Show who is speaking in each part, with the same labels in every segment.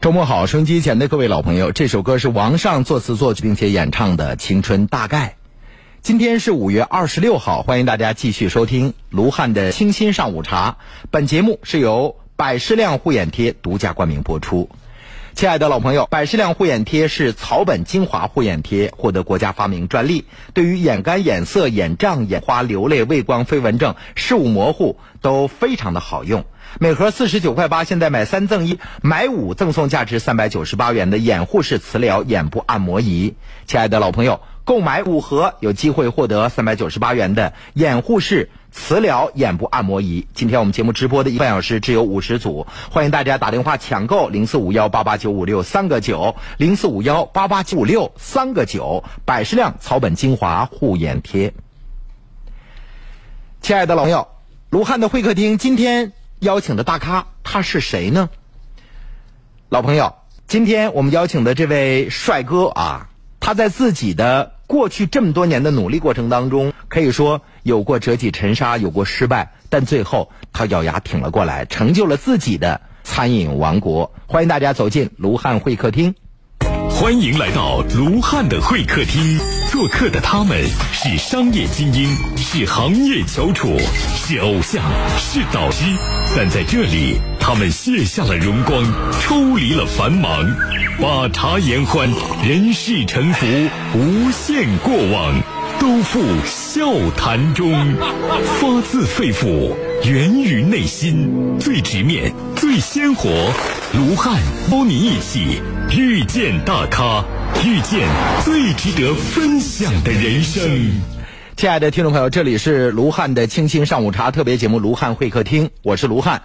Speaker 1: 周末好，收音机前的各位老朋友，这首歌是王上作词作曲并且演唱的《青春大概》。今天是五月二十六号，欢迎大家继续收听卢汉的清新上午茶。本节目是由百诗亮护眼贴独家冠名播出。亲爱的老朋友，百视亮护眼贴是草本精华护眼贴，获得国家发明专利。对于眼干、眼涩、眼胀、眼花、流泪、畏光、飞蚊症、视物模糊都非常的好用。每盒四十九块八，现在买三赠一，买五赠送价值三百九十八元的眼护式磁疗眼部按摩仪。亲爱的老朋友，购买五盒有机会获得三百九十八元的眼护式。磁疗眼部按摩仪，今天我们节目直播的一个半小时只有五十组，欢迎大家打电话抢购零四五幺八八九五六三个九零四五幺八八九五六三个九百十辆草本精华护眼贴。亲爱的老朋友，卢汉的会客厅今天邀请的大咖他是谁呢？老朋友，今天我们邀请的这位帅哥啊，他在自己的过去这么多年的努力过程当中，可以说有过折戟沉沙，有过失败，但最后他咬牙挺了过来，成就了自己的餐饮王国。欢迎大家走进卢汉会客厅。
Speaker 2: 欢迎来到卢汉的会客厅，做客的他们是商业精英，是行业翘楚，是偶像，是导师。但在这里，他们卸下了荣光，抽离了繁忙，把茶言欢，人世沉浮，无限过往，都付笑谈中，发自肺腑，源于内心，最直面，最鲜活。卢汉邀您一起遇见大咖，遇见最值得分享的人生。
Speaker 1: 亲爱的听众朋友，这里是卢汉的清新上午茶特别节目《卢汉会客厅》，我是卢汉，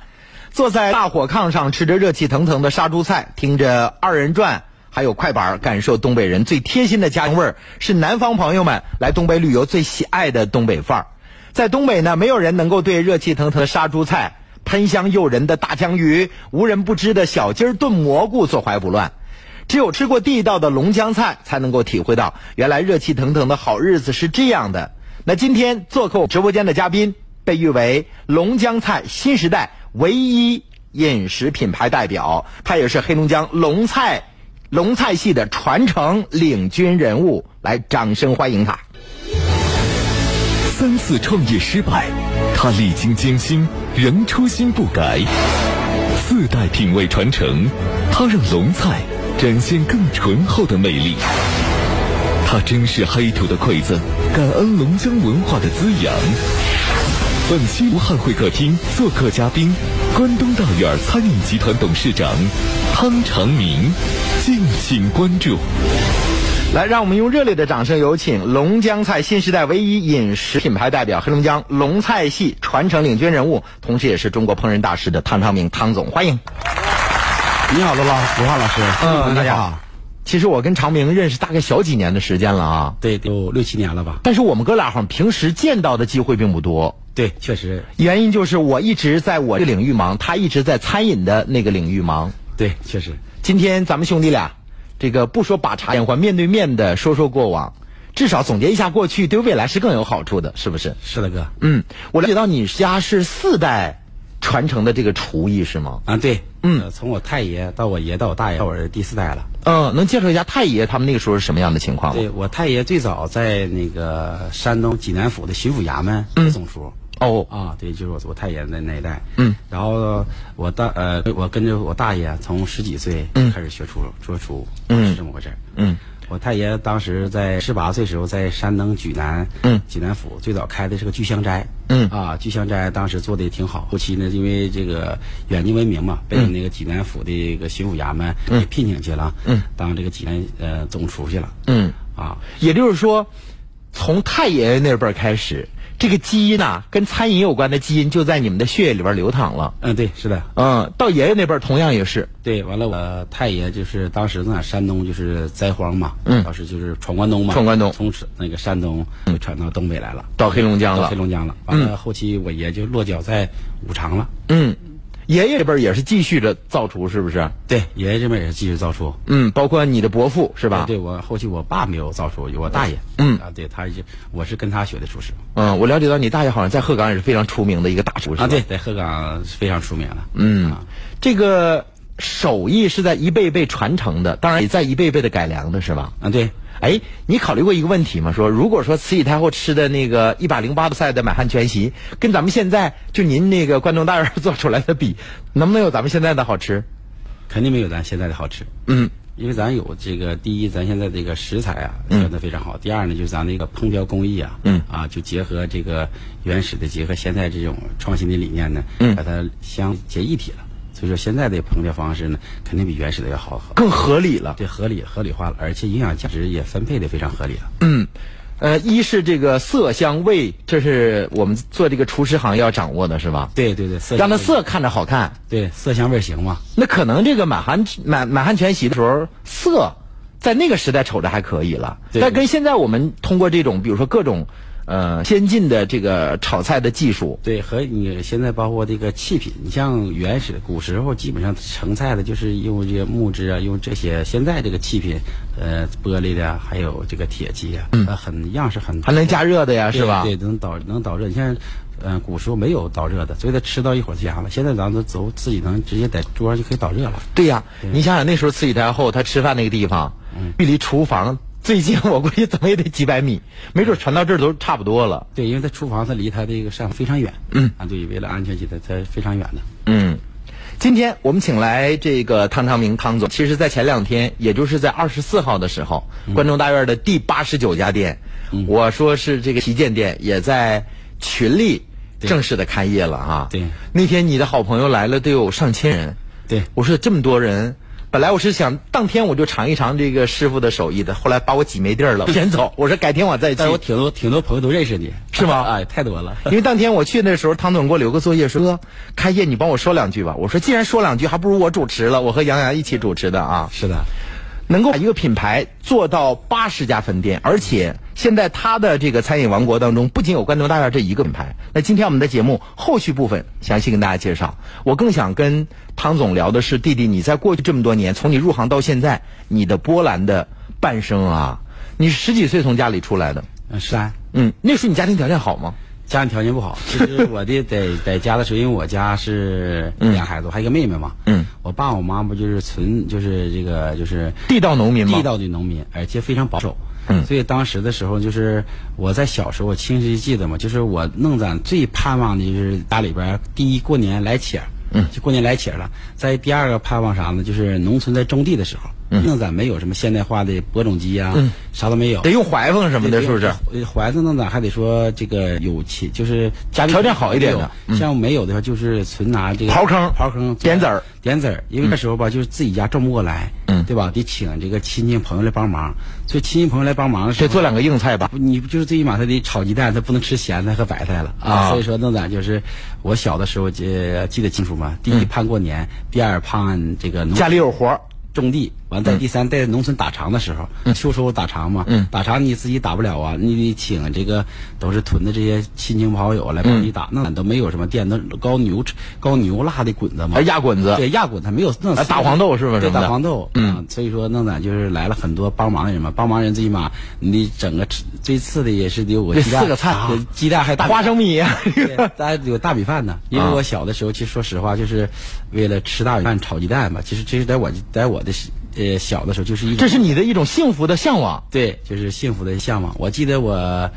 Speaker 1: 坐在大火炕上吃着热气腾腾的杀猪菜，听着二人转。还有快板，感受东北人最贴心的家乡味儿，是南方朋友们来东北旅游最喜爱的东北范儿。在东北呢，没有人能够对热气腾腾的杀猪菜、喷香诱人的大江鱼、无人不知的小鸡儿炖蘑菇坐怀不乱。只有吃过地道的龙江菜，才能够体会到原来热气腾腾的好日子是这样的。那今天做客我直播间的嘉宾，被誉为龙江菜新时代唯一饮食品牌代表，他也是黑龙江龙菜。龙菜系的传承领军人物，来，掌声欢迎他！
Speaker 2: 三次创业失败，他历经艰辛，仍初心不改。四代品味传承，他让龙菜展现更醇厚的魅力。他珍视黑土的馈赠，感恩龙江文化的滋养。本期武汉会客厅做客嘉宾，关东大院餐饮集团董事长汤长明，敬请关注。
Speaker 1: 来，让我们用热烈的掌声有请龙江菜新时代唯一饮食品牌代表、黑龙江龙菜系传承领军人物，同时也是中国烹饪大师的汤长明汤总，欢迎。
Speaker 3: 你好，罗老罗汉老师，
Speaker 1: 嗯大家好。其实我跟长明认识大概小几年的时间了啊，
Speaker 3: 对，有六七年了吧？
Speaker 1: 但是我们哥俩好像平时见到的机会并不多。
Speaker 3: 对，确实，
Speaker 1: 原因就是我一直在我这领域忙，他一直在餐饮的那个领域忙。
Speaker 3: 对，确实，
Speaker 1: 今天咱们兄弟俩，这个不说把茶言欢，面对面的说说过往，至少总结一下过去，对未来是更有好处的，是不是？
Speaker 3: 是的，哥。
Speaker 1: 嗯，我了解到你家是四代传承的这个厨艺是吗？
Speaker 3: 啊，对，
Speaker 1: 嗯
Speaker 3: 呃从我太爷到我爷到我大爷到我儿第四代了。
Speaker 1: 嗯，能介绍一下太爷他们那个时候是什么样的情况吗？
Speaker 3: 对我太爷最早在那个山东济南府的巡抚衙门是总厨。
Speaker 1: 哦，
Speaker 3: 啊，对，就是我我太爷的那一代，
Speaker 1: 嗯，
Speaker 3: 然后我大呃，我跟着我大爷从十几岁开始学厨，做厨，啊
Speaker 1: 嗯
Speaker 3: 是这么回事儿
Speaker 1: 嗯，
Speaker 3: 我太爷当时在十八岁时候，在山东济南，
Speaker 1: 嗯
Speaker 3: 济南府最早开的是个聚香斋，
Speaker 1: 嗯
Speaker 3: 啊，聚香斋当时做的也挺好。后期呢，因为这个远近闻名嘛，
Speaker 1: 嗯
Speaker 3: 被那个济南府的一个巡抚衙门给聘请去了，嗯，当这个济南呃总厨去了，
Speaker 1: 嗯，
Speaker 3: 啊，
Speaker 1: 也就是说，从太爷爷那辈儿开始，这个基因呐、跟餐饮有关的基因就在你们的血液里边流淌了。
Speaker 3: 嗯，对，是的，
Speaker 1: 嗯，到爷爷那辈儿同样也是。
Speaker 3: 对，完了我太爷就是当时呢，山东就是灾荒嘛，
Speaker 1: 嗯
Speaker 3: 当时就是闯关东嘛，
Speaker 1: 闯关东
Speaker 3: 从是那个山东就传到东北来了，
Speaker 1: 到黑龙江了
Speaker 3: 到黑龙江了。完了后期我爷就落脚在五常了，
Speaker 1: 嗯，爷爷这辈儿也是继续着造厨，是不是？
Speaker 3: 对，爷爷这边也是继续造出。
Speaker 1: 嗯，包括你的伯父是吧？
Speaker 3: 对我后期我爸没有造出，有我大爷，
Speaker 1: 嗯
Speaker 3: 啊，对，他就我是跟他学的厨师
Speaker 1: 嗯，我了解到你大爷好像在鹤
Speaker 3: 啊
Speaker 1: 岗也是非常出名的一个大厨师
Speaker 3: 啊，对，在鹤岗非常出名了，
Speaker 1: 嗯
Speaker 3: 啊，
Speaker 1: 这个手艺是在一辈一辈传承的，当然也在一辈一辈的改良的，是吧？
Speaker 3: 啊，对，
Speaker 1: 哎，你考虑过一个问题吗？说如果说慈禧太后吃的那个一百零八菜的满汉全席，跟咱们现在就您那个关东大院 做出来的比，能不能有咱们现在的好吃？
Speaker 3: 肯定没有咱现在的好吃。
Speaker 1: 嗯，
Speaker 3: 因为咱有这个，第一，咱现在这个食材啊选的非常好；第二呢，就是咱那个烹调工艺啊，
Speaker 1: 嗯
Speaker 3: 啊，就结合这个原始的，结合现在这种创新的理念呢，
Speaker 1: 嗯
Speaker 3: 把它相结一体了。所以说，现在的烹调方式呢，肯定比原始的要好，
Speaker 1: 更合理了。
Speaker 3: 对，合理合理化了，而且营养价值也分配的非常合理了。
Speaker 1: 嗯，呃，一是这个色香味，这是我们做这个厨师行业要掌握的，是吧？
Speaker 3: 对对对，色
Speaker 1: 让它
Speaker 3: 香味
Speaker 1: 色看着好看。
Speaker 3: 对色香味儿行嘛？
Speaker 1: 那可能这个满汉满满汉全席的时候，色在那个时代瞅着还可以了，
Speaker 3: 对
Speaker 1: 但跟现在我们通过这种，比如说各种呃先进的这个炒菜的技术，
Speaker 3: 对，和你现在包括这个器皿，你像原始古时候基本上盛菜的就是用这个木质啊，用这些现在这个器皿，呃，玻璃的啊，还有这个铁器啊，嗯，很样式很
Speaker 1: 还能加热的呀，是吧？
Speaker 3: 对，对能导能导热。你像，呃，古时候没有导热的，所以它吃到一会儿就凉了。现在咱们走自己能直接在桌上就可以导热了。
Speaker 1: 对呀，
Speaker 3: 嗯
Speaker 1: 你想想那时候慈禧太后她吃饭那个地方，距离厨房最近，我估计怎么也得几百米，没准传到这儿都差不多了。
Speaker 3: 对，因为它厨房它离它这个膳房非常远，嗯，啊，对，为了安全起见，它非常远的。
Speaker 1: 嗯，今天我们请来这个汤昌明汤总，其实，在前两天，也就是在二十四号的时候，
Speaker 3: 嗯
Speaker 1: 关中大院的第八十九家店，我说是这个旗舰店，也在群力正式的开业了啊。
Speaker 3: 对
Speaker 1: 那天你的好朋友来了，得有上千人。
Speaker 3: 对
Speaker 1: 我说这么多人。本来我是想当天我就尝一尝这个师傅的手艺的，后来把我挤没地儿了，我先走。我说改天我再去。
Speaker 3: 但是我挺多挺多朋友都认识你，
Speaker 1: 是吗
Speaker 3: 哎，太多了。
Speaker 1: 因为当天我去那时候，汤总给我留个作业，说哥，开业你帮我说两句吧。我说既然说两句，还不如我主持了，我和杨洋一起主持的啊。
Speaker 3: 是的，
Speaker 1: 能够把一个品牌做到八十家分店，而且现在它的这个餐饮王国当中，不仅有关东大院这一个品牌。那今天我们的节目后续部分详细跟大家介绍。我更想跟汤总聊的是，弟弟，你在过去这么多年，从你入行到现在，你的波澜的半生啊，你十几岁从家里出来的，
Speaker 3: 嗯，是啊。
Speaker 1: 嗯，那时候你家庭条件好吗？
Speaker 3: 家庭条件不好，其实我 的在在家的时候，因为我家是俩孩子，我还有一个妹妹嘛。
Speaker 1: 嗯，
Speaker 3: 我爸我妈不就是纯就是这个就是
Speaker 1: 地道农民吗？
Speaker 3: 地道的农民，而且非常保守。嗯，所以当时的时候，就是我在小时候，我清晰记得嘛，就是我弄咱最盼望的就是家里边儿第一过年来钱儿，嗯，就过年来钱儿了。再第二个盼望啥呢？就是农村在种地的时候，嗯，弄咱没有什么现代化的播种机呀、啥都没有
Speaker 1: 嗯得。用怀缝什么的，是不是？
Speaker 3: 呃怀子弄的还得说这个有钱，就是家里
Speaker 1: 条件好一点的嗯
Speaker 3: 有，像没有的话就是纯拿这个
Speaker 1: 刨坑
Speaker 3: 刨坑
Speaker 1: 点子儿
Speaker 3: 点子儿，因为那时候吧就是自己家种不过来，
Speaker 1: 嗯
Speaker 3: 对吧？得请这个亲戚朋友来帮忙，所以亲戚朋友来帮忙的时
Speaker 1: 得
Speaker 3: 候，
Speaker 1: 做两个硬菜吧。
Speaker 3: 不你不就是最起码他得炒鸡蛋，他不能吃咸菜和白菜了
Speaker 1: 啊
Speaker 3: 所以说，弄咱就是我小的时候记记得清楚嘛，第
Speaker 1: 嗯
Speaker 3: 一盼过年，第二盼这个农
Speaker 1: 家里有活儿，
Speaker 3: 种地，完
Speaker 1: 嗯
Speaker 3: 在第三在农村打场的时候，秋收打场嘛，打场你自己打不了啊，你得请这个都是屯的这些亲戚好友来帮
Speaker 1: 嗯
Speaker 3: 你打，那咱都没有什么电，那高牛高牛辣的棍子嘛
Speaker 1: 还，压滚子。
Speaker 3: 对压滚子没有那
Speaker 1: 啊打黄豆是吧
Speaker 3: 对，
Speaker 1: 什么的
Speaker 3: 打黄豆，嗯，所以说那咱就是来了很多帮忙的人嘛，帮忙人最起码你得整个吃最次的也是得有个
Speaker 1: 这
Speaker 3: 鸡蛋，
Speaker 1: 四个菜啊
Speaker 3: 对鸡蛋还有大米
Speaker 1: 花生米，
Speaker 3: 对，大家有大米饭呢。因为
Speaker 1: 啊
Speaker 3: 我小的时候，其实说实话，就是为了吃大米饭炒鸡蛋吧。其实这是在我在我的呃小的时候，就是一种
Speaker 1: 这是你的一种幸福的向往。
Speaker 3: 对，就是幸福的向往。我记得我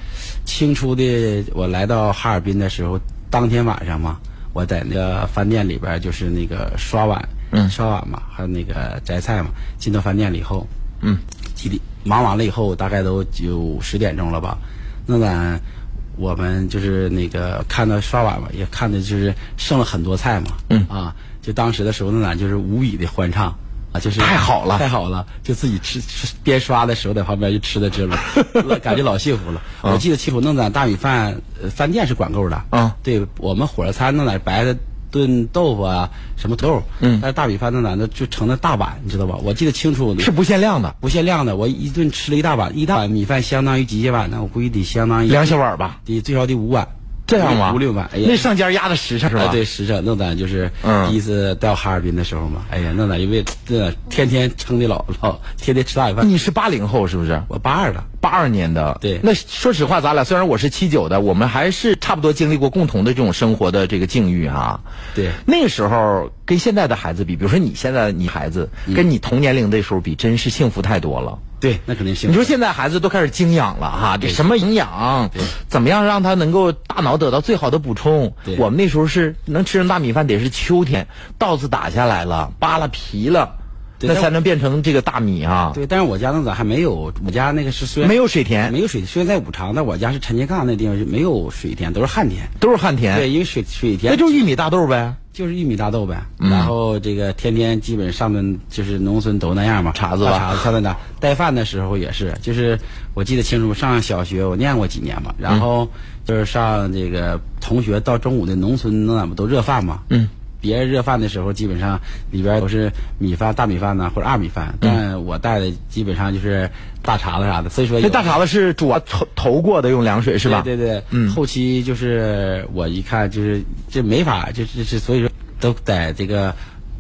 Speaker 3: 清初的我来到哈尔滨的时候，当天晚上嘛，我在那个饭店里边儿就是那个刷碗，嗯，刷碗嘛，还有那个摘菜嘛。进到饭店里以后，嗯，几点忙完了以后，大概都九十点钟了吧。那咱我们就是那个看到刷碗嘛，也看的就是剩了很多菜嘛，嗯啊，就当时的时候，那咱就是无比的欢畅。啊，就是
Speaker 1: 太好了
Speaker 3: 太好了，就自己吃吃边刷的时候在旁边就吃的这了， 感觉老幸福了。
Speaker 1: 嗯
Speaker 3: 我记得清楚，弄咱大米饭，呃饭店是管够的。
Speaker 1: 啊
Speaker 3: 对我们火烧餐弄点白的炖豆腐啊，什么豆。嗯，但是大米饭弄咱的就盛的大碗，你知道吧？我记得清楚，
Speaker 1: 是不限量的，
Speaker 3: 不限量的。我一顿吃了一大碗，一大碗米饭相当于几碗呢？我估计得相当于
Speaker 1: 两小碗吧，
Speaker 3: 得最少得五碗，
Speaker 1: 这样吗？
Speaker 3: 五六碗。哎呀，
Speaker 1: 那上家压的实诚是
Speaker 3: 哎，
Speaker 1: 吧？
Speaker 3: 对，实诚，那咱就是
Speaker 1: 嗯
Speaker 3: 第一次到哈尔滨的时候嘛，哎呀，那咱因为这天天撑的老老，天天吃大米饭。
Speaker 1: 嗯 你是八零后是不是？
Speaker 3: 我八二了，
Speaker 1: 八二年的，
Speaker 3: 对
Speaker 1: 那说实话，咱俩虽然我是七九的，我们还是差不多经历过共同的这种生活的这个境遇哈、
Speaker 3: 对
Speaker 1: 那个时候跟现在的孩子比，比如说你现在你孩子
Speaker 3: 嗯
Speaker 1: 跟你同年龄的时候比，真是幸福太多了。
Speaker 3: 对，那肯定幸
Speaker 1: 你
Speaker 3: 福。
Speaker 1: 说现在孩子都开始精养了哈，这什么营养，怎么样让他能够大脑得到最好的补充
Speaker 3: 对？
Speaker 1: 我们那时候是能吃上大米饭，得是秋天，稻子打下来了，扒了皮了，
Speaker 3: 对
Speaker 1: 那
Speaker 3: 但
Speaker 1: 才能变成这个大米啊。
Speaker 3: 对，但是我家那咋还没有，我家那个是虽然
Speaker 1: 没有水田，
Speaker 3: 没有水，虽然在五常，但我家是陈家岗那地方是没有水田，都是旱田。
Speaker 1: 都是旱
Speaker 3: 对，
Speaker 1: 田，
Speaker 3: 因为水水田
Speaker 1: 那就是玉米大豆呗，
Speaker 3: 就是玉米大豆呗，
Speaker 1: 嗯
Speaker 3: 然后这个天天基本上顿就是农村都那样嘛，
Speaker 1: 碴子吧
Speaker 3: 大碴子上顿打。带饭的时候也是，就是我记得清楚，上小学我念过几年
Speaker 1: 嗯
Speaker 3: 嘛，然后就是上这个同学到中午的农村那不都热饭嘛，嗯。别人热饭的时候，基本上里边都是米饭、大米饭呐、或者二米饭。
Speaker 1: 嗯
Speaker 3: 但我带的基本上就是大碴子啥的，所以说
Speaker 1: 那
Speaker 3: 有
Speaker 1: 哎大碴子是煮完投投过的，用凉水是吧？
Speaker 3: 哎对对对，
Speaker 1: 嗯
Speaker 3: 后期就是我一看就是这没法，就是是所以说都在这个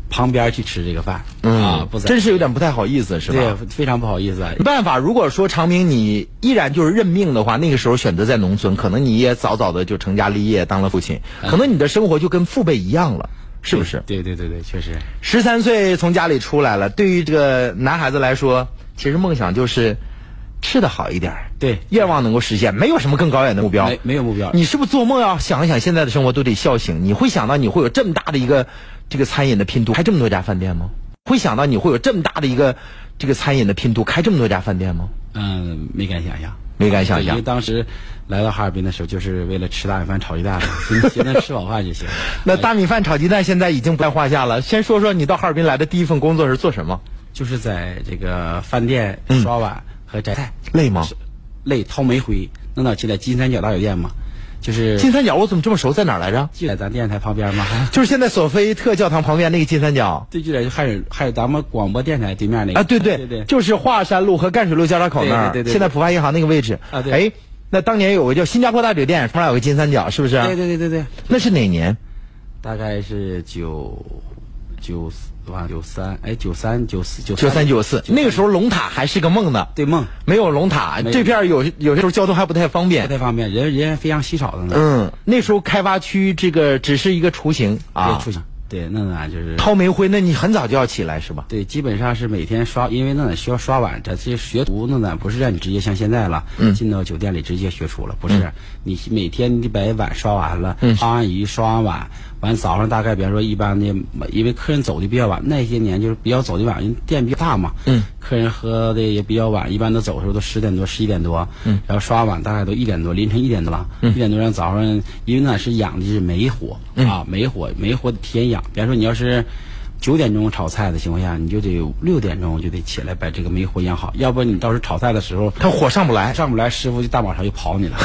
Speaker 3: 旁边去吃这个饭、啊，不在
Speaker 1: 嗯真是有点不太好意思，是吧？
Speaker 3: 对，非常不好意思啊。
Speaker 1: 没办法，如果说长明你依然就是认命的话，那个时候选择在农村，可能你也早早的就成家立业，当了父亲，
Speaker 3: 哎
Speaker 1: 可能你的生活就跟父辈一样了，是不是？
Speaker 3: 对对对对，确实，
Speaker 1: 十三岁从家里出来了，对于这个男孩子来说，其实梦想就是吃的好一点儿，
Speaker 3: 对
Speaker 1: 愿望能够实现，没有什么更高远的目标，
Speaker 3: 没没有目标
Speaker 1: 你是不是做梦要想一想现在的生活都得笑醒？你会想到你会有这么大的一个这个餐饮的拼度，开这么多家饭店吗？会想到你会有这么大的一个这个餐饮的拼度，开这么多家饭店吗？
Speaker 3: 嗯，没敢想象。
Speaker 1: 没敢想
Speaker 3: 对因为
Speaker 1: 象。
Speaker 3: 当时来到哈尔滨的时候，就是为了吃大米饭、炒鸡蛋， 现现在吃饱饭就行。
Speaker 1: 那大米饭炒鸡蛋现在已经不在话下了。先说说你到哈尔滨来的第一份工作是做什么？
Speaker 3: 就是在这个饭店
Speaker 1: 嗯
Speaker 3: 刷碗和摘菜，
Speaker 1: 累吗？
Speaker 3: 累掏煤灰。那早现在金三角大酒店嘛，就是
Speaker 1: 金三角，我怎么这么熟？在哪儿来着？
Speaker 3: 就在咱电视台旁边嘛。
Speaker 1: 就是现在索菲特教堂旁边那个金三角
Speaker 3: 对，就在还有还有咱们广播电台对面那个
Speaker 1: 啊，对
Speaker 3: 对对，
Speaker 1: 就是华山路和赣水路交叉口那儿，
Speaker 3: 对对对对
Speaker 1: 现在浦发银行那个位置
Speaker 3: 啊对
Speaker 1: 哎，那当年有个叫新加坡大酒店，旁边有个金三角，是不是？啊
Speaker 3: 对对对对对，
Speaker 1: 那是哪年？
Speaker 3: 大概是九九四哇九三哎九三九四九
Speaker 1: 九三九四，那个时候龙塔还是个梦呢。
Speaker 3: 对梦
Speaker 1: 没有龙塔，
Speaker 3: 没有
Speaker 1: 这片儿有有些时候交通还不太方
Speaker 3: 不
Speaker 1: 便。
Speaker 3: 太方便，人人非常稀少的呢。
Speaker 1: 嗯，那时候开发区这个只是一个雏形啊
Speaker 3: 对，出行对那哪就是
Speaker 1: 掏煤灰，那你很早就要起来是吧？
Speaker 3: 对，基本上是每天刷，因为那哪需要刷碗，咱这学徒那哪不是让你直接像现在了，进到酒店里直接学厨了，不是，你每天你把碗刷完了，汤完鱼刷完碗，完早上大概比方说一般的，因为客人走的比较晚，那些年就是比较走的晚，因为店比较大嘛，嗯，客人喝的也比较晚，一般都走的时候都十点多、十一点多，嗯，然后刷碗大概都一点多，凌晨一点多了，一点多让早上，因为那是养的是煤火、啊，煤火煤火得天养，比方说你要是。九点钟炒菜的情况下，你就得六点钟就得起来把这个煤火养好，要不然你到时候炒菜的时候
Speaker 1: 它火上不来。
Speaker 3: 上不来，师傅就大马上就刨你了。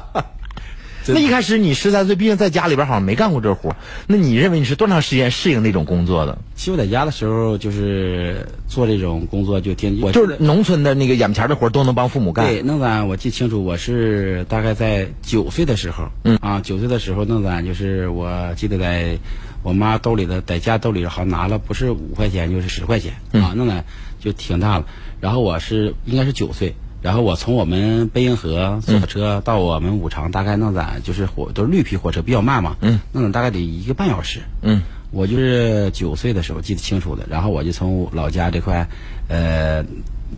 Speaker 1: 那一开始你十三岁，毕竟在家里边好像没干过这活儿，那你认为你是多长时间适应那种工作的？
Speaker 3: 其实我在家的时候就是做这种工作，就天我
Speaker 1: 就是农村的那个眼前的活儿都能帮父母干
Speaker 3: 对，，弄咱我记清楚，我是大概在九岁的时候，嗯啊，九岁的时候弄咱就是我记得在我妈兜里的，在家兜里好像拿了不是五块钱就是十块钱、啊，弄咱就挺大了。然后我是应该是九岁。然后我从我们北运河坐火车到我们五常，大概弄咱就是火都是绿皮火车比较慢嘛，嗯，弄咱大概得一个半小时，嗯，我就是九岁的时候记得清楚的，然后我就从老家这块，呃，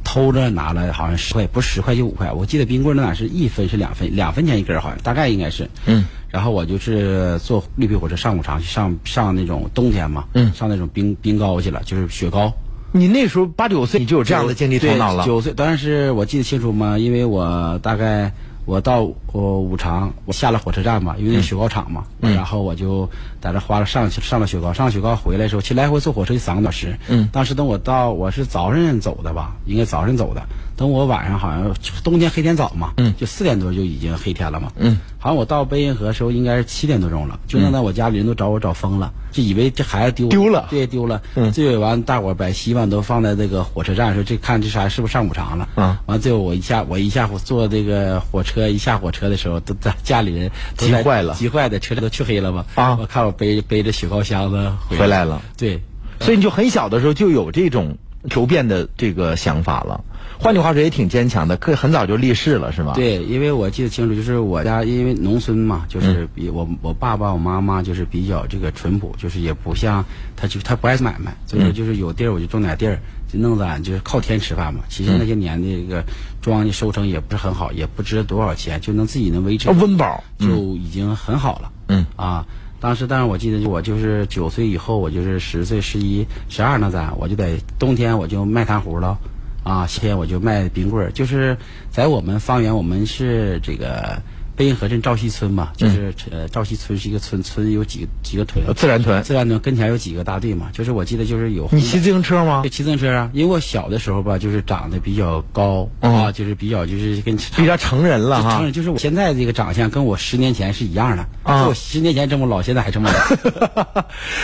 Speaker 3: 偷着拿了好像十块，不是十块就五块，我记得冰棍儿那哪是一分是两分，两分钱一根儿好像，大概应该是。嗯。然后我就是坐绿皮火车上五常去上上那种冬天嘛，嗯，上那种冰冰糕去了，就是雪糕。
Speaker 1: 你那时候八九岁你就有这样的经济头脑了
Speaker 3: 对。九岁，当然是我记得清楚嘛，因为我大概我到我五常，我下了火车站嘛，因为
Speaker 1: 嗯
Speaker 3: 那雪糕厂嘛，然后我就在这花了上上了雪糕，上了雪糕回来的时候，其实来回坐火车就三个多小时。嗯，当时等我到我是早上走的吧，应该早上走的，等我晚上好像冬天黑天早嘛，嗯，就四点多就已经黑天了嘛，嗯，好像我到贝运河的时候应该是七点多钟了，就弄到我家里人都找我找疯了，就以为这孩子
Speaker 1: 嗯
Speaker 3: 丢
Speaker 1: 丢了
Speaker 3: 对，丢了。
Speaker 1: 嗯
Speaker 3: 最后完，大伙儿把希望都放在这个火车站，说这看这啥是不是上五常了？
Speaker 1: 啊
Speaker 3: 完最后我一下我一下火坐这个火车，一下火车的时候，都在家里人都在
Speaker 1: 急坏了
Speaker 3: 急坏的，车里都黢黑了嘛。
Speaker 1: 啊
Speaker 3: 我看我背背着雪糕箱子
Speaker 1: 回来了，
Speaker 3: 对，
Speaker 1: 所以你就很小的时候就有这种求变的这个想法了。换句话说，也挺坚强的，可很早就立誓了，是吧？，
Speaker 3: 对，因为我记得清楚，就是我家因为农村嘛，就是比我我爸爸我妈妈就是比较这个淳朴，就是也不像他就他不爱买卖，所以
Speaker 1: 嗯
Speaker 3: 说就是有地儿我就种点地儿，就弄咱就是靠天吃饭嘛。其实那些年的这个庄稼收成也不是很好，也不值多少钱，就能自己能维持
Speaker 1: 温饱。
Speaker 3: 就已经很好了。
Speaker 1: 嗯
Speaker 3: 啊，当时但是我记得我就是九岁以后，我就是十岁、十一、十二那咱，我就在冬天我就卖糖葫芦，啊，夏天我就卖冰棍儿。就是在我们方圆，我们是这个贝运河镇赵溪村嘛，
Speaker 1: 嗯
Speaker 3: 就是、呃赵溪村是一个村，村有几个几个屯，
Speaker 1: 自然屯，
Speaker 3: 自然屯跟前有几个大队嘛，就是我记得就是有
Speaker 1: 你骑自行车吗
Speaker 3: 对？骑自行车啊，因为我小的时候吧，就是长得比较高、
Speaker 1: 嗯
Speaker 3: 啊，就是比较就是跟
Speaker 1: 比较成人了
Speaker 3: 就
Speaker 1: 哈
Speaker 3: 承。认，就是我现在这个长相跟我十年前是一样的。
Speaker 1: 啊
Speaker 3: 就我十年前这么老，现在还这么老。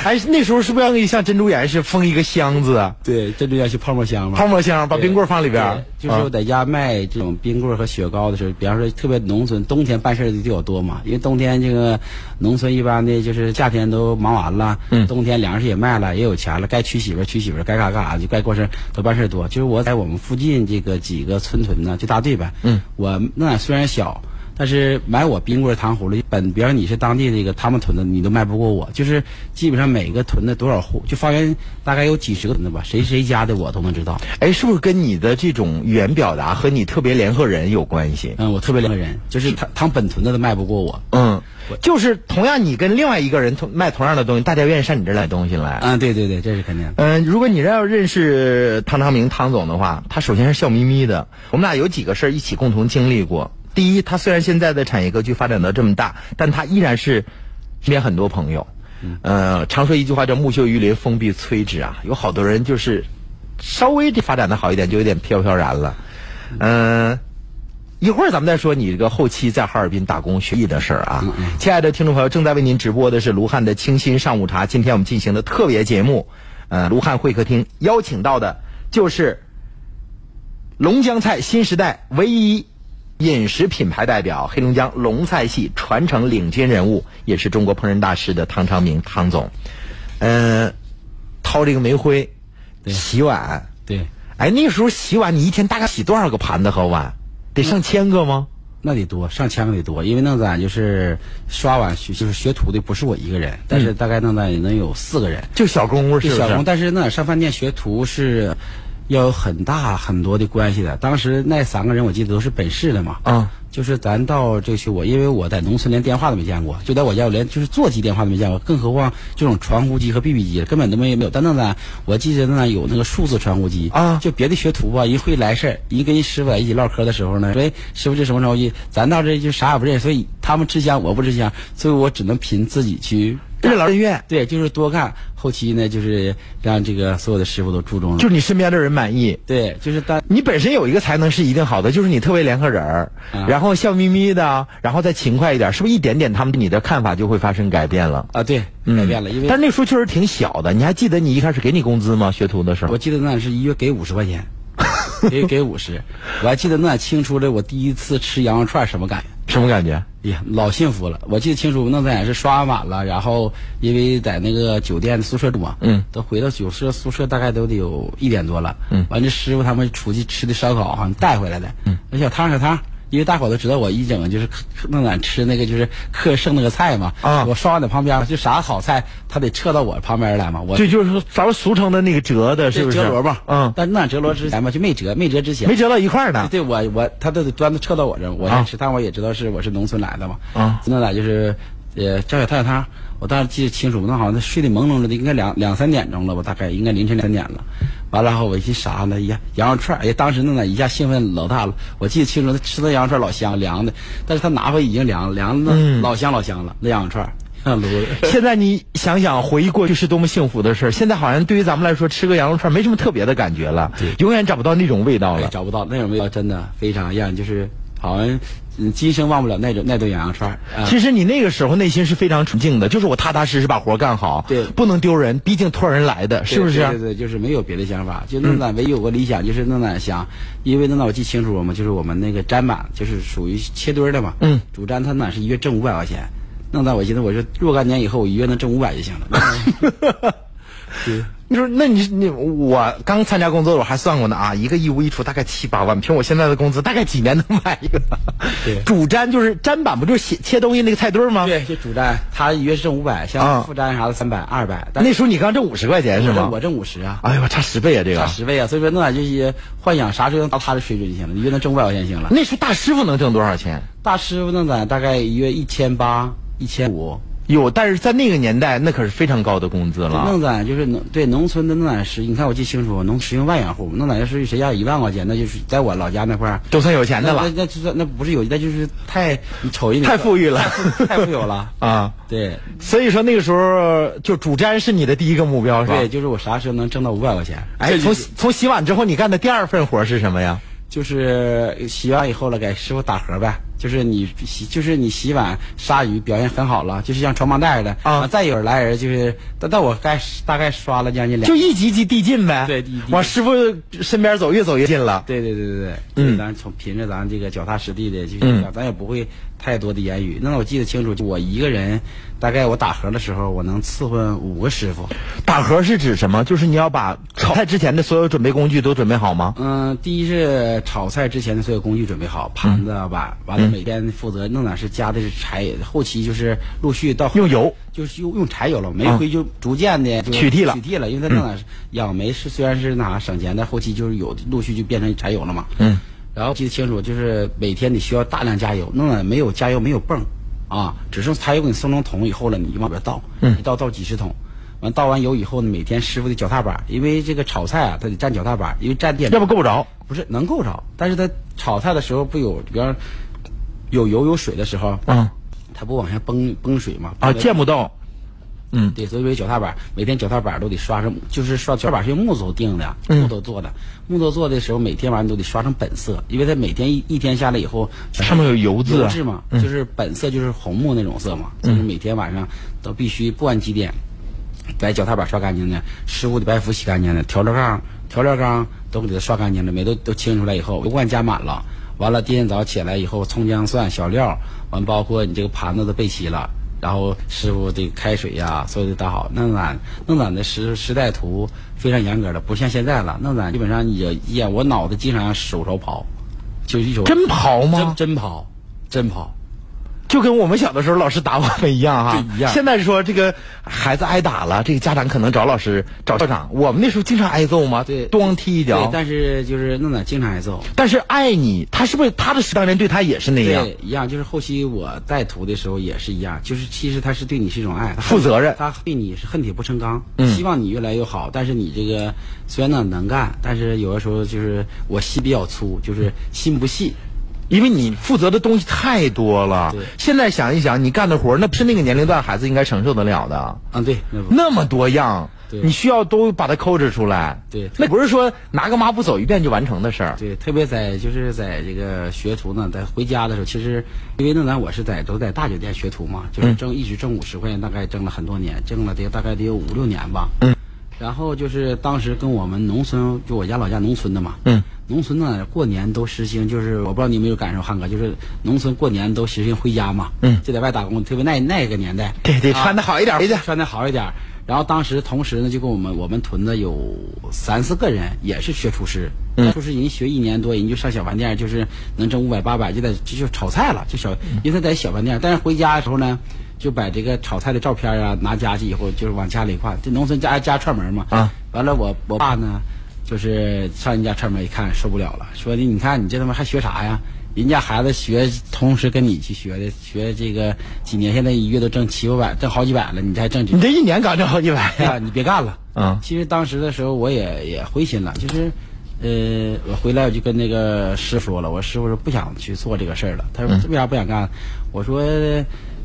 Speaker 1: 哎，那时候是不是要像珍珠岩似的封一个箱子，啊
Speaker 3: 对，这就要去泡沫箱嘛。
Speaker 1: 泡沫箱，把冰棍放里边儿？
Speaker 3: 嗯对就是
Speaker 1: 啊
Speaker 3: 我在家卖这种冰棍儿和雪糕的时候，比方说特别农村，冬天办事儿的就有多嘛，因为冬天这个农村一般的就是夏天都忙完了，
Speaker 1: 嗯
Speaker 3: 冬天粮食也卖了，也有钱了，该娶媳妇儿娶媳妇儿，该干啥干啥，就该过生日都办事儿多。就是我在我们附近这个几个村屯呢，就大队呗，嗯，我那虽然小。但是买我冰棍儿糖葫芦，本比方你是当地这个他们屯的，你都卖不过我。就是基本上每个屯的多少户，就方圆大概有几十个屯的吧，谁谁家的我都能知道。
Speaker 1: 哎，是不是跟你的这种语言表达和你特别联合人有关系？
Speaker 3: 嗯，我特别两个人，就是他他本屯的都卖不过我。
Speaker 1: 嗯，就是同样你跟另外一个人同卖同样的东西，大家愿意上你这儿买东西来。
Speaker 3: 嗯，对对对，这是肯定的。
Speaker 1: 嗯，如果你要认识汤昌明汤总的话，他首先是笑眯眯的。我们俩有几个事儿一起共同经历过。第一，他虽然现在的产业格局发展到这么大，但他依然是身边很多朋友。呃，常说一句话叫“木秀于林，风必摧之”啊，有好多人就是稍微这发展的好一点，就有点飘飘然了。嗯、一会儿咱们再说你这个后期在哈尔滨打工学艺的事儿啊，亲爱的听众朋友，正在为您直播的是卢汉的清新上午茶。今天我们进行的特别节目，呃，卢汉会客厅邀请到的就是龙江菜新时代唯一饮食品牌代表，黑龙江龙菜系传承领军人物，也是中国烹饪大师的汤昌明汤总。呃，掏这个煤灰，洗碗，
Speaker 3: 对，
Speaker 1: 哎，那时候洗碗，你一天大概洗多少个盘子和碗？得
Speaker 3: 嗯
Speaker 1: 上千个吗？
Speaker 3: 那得多上千个得多，因为弄咱就是刷碗学就是学徒的不是我一个人，但是大概弄咱也能有四个人。
Speaker 1: 就小功夫是
Speaker 3: 对
Speaker 1: 不
Speaker 3: 小
Speaker 1: 是
Speaker 3: 红，？但是那上饭店学徒是要有很大很多的关系的。当时那三个人我记得都是本市的嘛，
Speaker 1: 啊
Speaker 3: 就是咱到这去我，因为我在农村连电话都没见过，就在我家我连就是座机电话都没见过，更何况这种传呼机和 BB 机根本都没有没有。但那咱我记得那有那个数字传呼机
Speaker 1: 啊
Speaker 3: 就别的学徒吧，一会来事儿，一跟师傅在一起唠嗑的时候
Speaker 1: 啊
Speaker 3: 呢，说哎师傅这什么着急，咱到这就啥也不认识，所以他们吃香我不吃香，所以我只能凭自己去
Speaker 1: 任劳任怨，
Speaker 3: 对，就是多干。后期呢，就是让这个所有的师傅都注重了。
Speaker 1: 就是你身边的人满意。
Speaker 3: 对，就是当
Speaker 1: 你本身有一个才能是一定好的，就是你特别联合人儿，
Speaker 3: 啊
Speaker 1: 然后笑眯眯的，然后再勤快一点，是不是一点点他们对你的看法就会发生改变了？
Speaker 3: 啊，对，改变了，因为
Speaker 1: 嗯但那时候确实挺小的，你还记得你一开始给你工资吗？学徒的时候
Speaker 3: 我，记得那是一月给五十块 钱，给给五十。我还记得那清楚了，我第一次吃羊肉串什么感觉。
Speaker 1: 什么感觉？
Speaker 3: 哎呀，老幸福了！我记得清楚，那咱也是刷完碗了，然后因为在那个酒店宿舍住嘛，
Speaker 1: 嗯，
Speaker 3: 都回到酒舍宿舍大概都得有一点多了，嗯，完这师傅他们出去吃的烧烤好像带回来的，嗯，那小汤小汤，因为大伙都知道我一整就是那咱吃那个就是客剩那个菜嘛，
Speaker 1: 啊
Speaker 3: 我刷碗在旁边就啥好菜，他得撤到我旁边来嘛，我
Speaker 1: 这就是说咱们俗称的那个折的，是不是？
Speaker 3: 折萝卜，
Speaker 1: 嗯，
Speaker 3: 但是那折萝之前吧就没折，没折之前
Speaker 1: 没折到一块儿呢。
Speaker 3: 哎对我我他都得端着撤到我这儿，我
Speaker 1: 啊
Speaker 3: 先吃，但我也知道是我是农村来的嘛。
Speaker 1: 啊，
Speaker 3: 那俩就是呃叫小汤小汤，我当时记得清楚，那好像睡得朦胧着的，应该两两三点钟了吧，大概应该凌晨两三点了。完了后我一寻啥呢？呀，羊肉串儿，哎呀，当时那哪一下兴奋老大了。我记得清楚，他吃的羊肉串儿老香凉的，但是他拿回已经凉凉的、
Speaker 1: 嗯
Speaker 3: 老香老香了，那羊肉 串儿，卤的。
Speaker 1: 现在你想想，回忆过去是多么幸福的事儿。现在好像对于咱们来说，吃个羊肉串没什么特别的感觉了，永远找不到那种味道
Speaker 3: 哎
Speaker 1: 了。
Speaker 3: 找不到那种味道，真的非常让人就是好像嗯今生忘不了那种那顿羊肉串儿。啊
Speaker 1: 其实你那个时候内心是非常纯净的，就是我踏踏实实把活干好，
Speaker 3: 对
Speaker 1: 不能丢人，毕竟托人来的，是不是？嗯
Speaker 3: 对对对，就是没有别的想法，就那咱唯一有个理想，就是那咱想，因为那咱我记清楚我们就是我们那个砧板就是属于切墩儿的嘛，
Speaker 1: 嗯，
Speaker 3: 主粘他那是一 月挣五百块钱，那咱我寻思我说若干年以后我一月能挣五百就行了，对，
Speaker 1: 你说，那你你我刚参加工作，我还算过呢啊，一个义乌一出大概七八万，凭我现在的工资，大概几年能买一个？
Speaker 3: 对
Speaker 1: 主粘就是粘板，不就是切切东西那个菜墩儿吗？
Speaker 3: 对，就主站，他一月是挣五百，
Speaker 1: 啊
Speaker 3: 像副站啥的三百、二百，但
Speaker 1: 那时候你刚挣五十块钱是吗
Speaker 3: 我？挣五十啊，
Speaker 1: 哎呦，差十倍啊，这
Speaker 3: 差
Speaker 1: 个。
Speaker 3: 十倍啊，所以说那咱就是幻想啥时候能到他的水准就行了，一月能挣五百块钱行了。
Speaker 1: 那时候大师傅能挣多少钱？
Speaker 3: 大师傅那咱大概一月一千八、一千五，
Speaker 1: 有，但是在那个年代，那可是非常高的工资了。
Speaker 3: 弄咱就是农对农村的弄咱是，你看我记清楚，农实行万元户，弄咱要是谁家有一万块钱，那就是在我老家那块儿，
Speaker 1: 都算有钱的
Speaker 3: 那那
Speaker 1: 了，
Speaker 3: 那就算那不是有，那就是太你瞅一眼
Speaker 1: 太富裕了
Speaker 3: 太富有了。
Speaker 1: 啊。
Speaker 3: 对
Speaker 1: 所以说那个时候就主粘是你的第一个目标是吧？
Speaker 3: 对，。就是我啥时候能挣到五百块钱？
Speaker 1: 哎，
Speaker 3: 这
Speaker 1: 从
Speaker 3: 就是
Speaker 1: 从洗碗之后，你干的第二份活是什么呀？
Speaker 3: 就是洗完以后了，给师傅打盒呗。就是你洗，就是你洗碗杀鱼表现很好了，就是像传帮带似的
Speaker 1: 啊
Speaker 3: 再有人来人就是，但但我该大概刷了将近两
Speaker 1: 就，一级一级递进呗。
Speaker 3: 对递进
Speaker 1: 往师傅身边走，越走越近了。
Speaker 3: 对对对对对，嗯，咱从凭着咱这个脚踏实地的，
Speaker 1: 嗯
Speaker 3: 就是讲咱也不会太多的言语。那我记得清楚，就我一个人，大概我打盒的时候，我能伺候五个师傅。
Speaker 1: 打盒是指什么？就是你要把炒菜之前的所有准备工具都准备好吗？
Speaker 3: 嗯，第一是炒菜之前的所有工具准备好，盘子、啊
Speaker 1: 嗯
Speaker 3: 碗，完了每天负责弄点是加的是柴，后期就是陆续到
Speaker 1: 用油，啊
Speaker 3: 就是用用柴油了，煤灰就逐渐的
Speaker 1: 取替了
Speaker 3: 取替了，
Speaker 1: 嗯
Speaker 3: 因为它弄点是养煤是虽然是那啥省钱，但后期就是有陆续就变成柴油了嘛。嗯，然后记得清楚，就是每天你需要大量加油，弄点没有加油没有泵，啊，只剩柴油给你送成桶以后了，你就往里边倒，
Speaker 1: 嗯
Speaker 3: 一倒倒几十桶。完倒完油以后呢，每天师傅的脚踏板，因为这个炒菜啊，它得占脚踏板，因为占地。
Speaker 1: 要不够不着。
Speaker 3: 不是能够着，但是它炒菜的时候不有，比方有油有水的时候，
Speaker 1: 嗯，
Speaker 3: 它不往下崩崩水嘛？
Speaker 1: 啊，
Speaker 3: 崩的
Speaker 1: 见不到。
Speaker 3: 对，所以说脚踏板每天脚踏板都得刷成，就是刷脚踏板是用木头定的，木头做的，木头做的时候每天晚上都得刷成本色，因为它每天一一天下来以后，
Speaker 1: 上面有油渍啊
Speaker 3: 油质嘛，就是本色就是红木那种色嘛，
Speaker 1: 嗯
Speaker 3: 就是每天晚上都必须不管几点，把脚踏板刷干净的，师傅的白服洗干净的，调料缸、调料缸都给它刷干净了，每都都清出来以后，油罐加满了。完了，第二天早起来以后，葱姜蒜小料，完包括你这个盘子都备齐了，然后师傅这个开水呀、所有的打好。那咱那咱的时时代图非常严格了，不像现在了。那咱基本上也也我脑子经常手手跑，就一手
Speaker 1: 真刨吗
Speaker 3: 真真跑，真跑。
Speaker 1: 就跟我们小的时候老师打我们一样哈，
Speaker 3: 对一样
Speaker 1: 现在说这个孩子挨打了，这个家长可能找老师找校长。我们那时候经常挨揍嘛，
Speaker 3: 对
Speaker 1: 咣踢一
Speaker 3: 对
Speaker 1: 脚，。
Speaker 3: 但是就是那咱经常挨揍。
Speaker 1: 但是爱你，他是不是他的当人对他也是那样？
Speaker 3: 对，一样，就是后期我带徒的时候也是一样，就是其实他是对你是一种爱，他
Speaker 1: 负责任嗯
Speaker 3: 他对你是恨铁不成钢，希望你越来越好。但是你这个虽然呢能干，但是有的时候就是我心比较粗，就是心不细。
Speaker 1: 因为你负责的东西太多了
Speaker 3: 对。
Speaker 1: 现在想一想，你干的活儿那不是那个年龄段孩子应该承受得了的。
Speaker 3: 嗯，对，那不
Speaker 1: 那么多样，
Speaker 3: 对
Speaker 1: 你需要都把它抠制出来。
Speaker 3: 对
Speaker 1: 那不是说拿个抹布走一遍就完成的事儿。
Speaker 3: 对，特别在就是在这个学徒呢，在回家的时候，其实因为那咱我是在都在大酒店学徒嘛，就是挣、一直挣五十块钱，大概挣了很多年，挣了得大概得有五六年吧。嗯。然后就是当时跟我们农村，就我家老家农村的嘛。嗯。农村呢，过年都实行，就是我不知道你有没有感受，汉哥，就是农村过年都实行回家嘛。嗯。就在外打工，特别那那个年代。
Speaker 1: 对对，
Speaker 3: 啊
Speaker 1: 穿的好一点回去。
Speaker 3: 穿的好一点儿。然后当时同时呢，就跟我们我们屯子有三四个人也是学厨师，
Speaker 1: 嗯
Speaker 3: 厨师人家学一年多，人就上小饭店，就是能挣五百八百，就在就就炒菜了，就小，
Speaker 1: 嗯
Speaker 3: 因为他在小饭店。但是回家的时候呢，就把这个炒菜的照片啊拿家去以后，就是往家里挎。这农村家家串门嘛，
Speaker 1: 啊，
Speaker 3: 完了我我爸呢，就是上人家串门一看受不了了，说你你看你这他妈还学啥呀？人家孩子学，同时跟你去学的，学这个几年，现在一月都挣七八百，挣好几百了，你这还挣几
Speaker 1: 你这一年刚挣好几百
Speaker 3: 哎呀，你别干了。
Speaker 1: 嗯
Speaker 3: 其实当时的时候我也也灰心了，就是，呃，我回来我就跟那个师傅说了，我师傅说不想去做这个事儿了。他说为啥不想干？我说，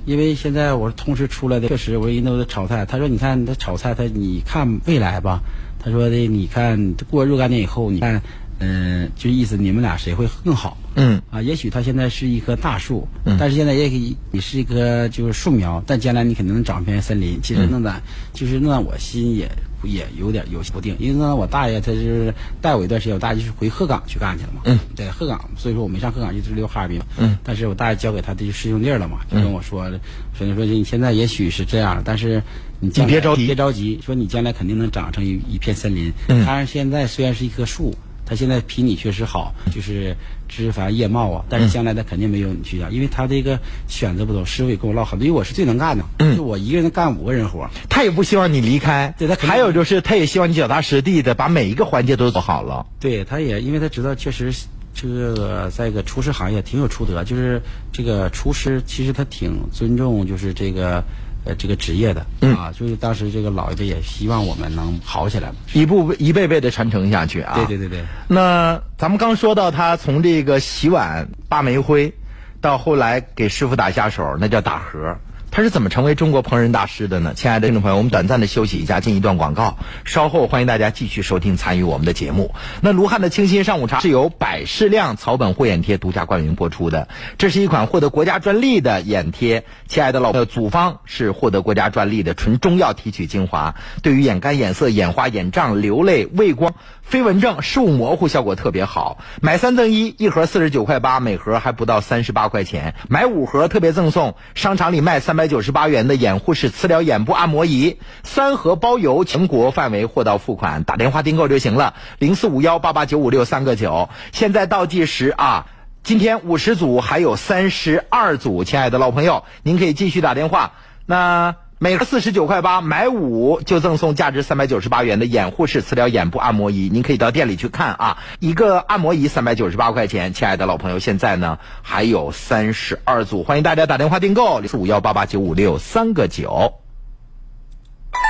Speaker 3: 因为现在我同时出来的，确实我人都是炒菜。他说，你看他炒菜，他你看未来吧。他说的，你看过若干年以后，你看，嗯、就意思你们俩谁会更好？
Speaker 1: 嗯
Speaker 3: 啊，也许它现在是一棵大树，但是现在也可以你是一嗯棵就是树苗，但将来你肯定能长片森林。其实那咱、就是那我心也也有点有不定，因为呢，我大爷他是带我一段时间，我大爷就是回鹤岗去干去了嘛。嗯，在鹤岗，所以说我没上鹤岗，一直留哈尔滨。嗯，但是我大爷交给他的师兄弟了嘛，就跟我说，说你说你现在也许是这样，但是你将来
Speaker 1: 你别着急
Speaker 3: 别着急，说你将来肯定能长成一一片森林。
Speaker 1: 嗯
Speaker 3: 当然现在虽然是一棵树。它现在比你确实好，就是枝繁叶茂啊，但
Speaker 1: 嗯
Speaker 3: 是将来它肯定没有你去啊，因为它这个选择不同。师傅也跟我唠很多，因为我是最能干的，
Speaker 1: 嗯
Speaker 3: 就我一个人干五个人活儿，
Speaker 1: 他也不希望你离开，
Speaker 3: 对他肯定
Speaker 1: 还有就是他也希望你脚踏实地的把每一个环节都做好了。
Speaker 3: 对，他也因为他知道确实这个在一个厨师行业挺有出德，就是这个厨师其实他挺尊重就是这个呃这个职业的、
Speaker 1: 嗯
Speaker 3: 啊，就是当时这个老一辈也希望我们能好起来嘛。
Speaker 1: 一步一辈辈的传承下去啊！
Speaker 3: 对对对对。
Speaker 1: 那咱们刚说到他从这个洗碗扒煤灰，到后来给师傅打下手，那叫打荷。他是怎么成为中国烹饪大师的呢？亲爱的听众朋友，我们短暂的休息一下，进一段广告，稍后欢迎大家继续收听参与我们的节目。那卢汉的清新上午茶是由百事亮草本护眼贴独家冠名播出的，这是一款获得国家专利的眼贴。亲爱的老朋友，组方是获得国家专利的纯中药提取精华，对于眼干、眼涩、眼花、眼胀、流泪、畏光、飞蚊症、视物模糊效果特别好。买三赠一，一盒四十九块八，每盒还不到三十八块钱。买五盒特别赠送商场里卖三百九十八元的眼护士磁疗眼部按摩仪，三盒包邮，全国范围货到付款，打电话订购就行了。零四五幺八八九五六三个九，现在倒计时啊！今天五十组，还有三十二组，亲爱的老朋友，您可以继续打电话。那每个四十九块八买五就赠送价值三百九十八元的眼护式磁疗眼部按摩仪，您可以到店里去看啊。一个按摩仪三百九十八块钱，亲爱的老朋友，现在呢还有三十二组，欢迎大家打电话订购四五幺八八九五六三个九。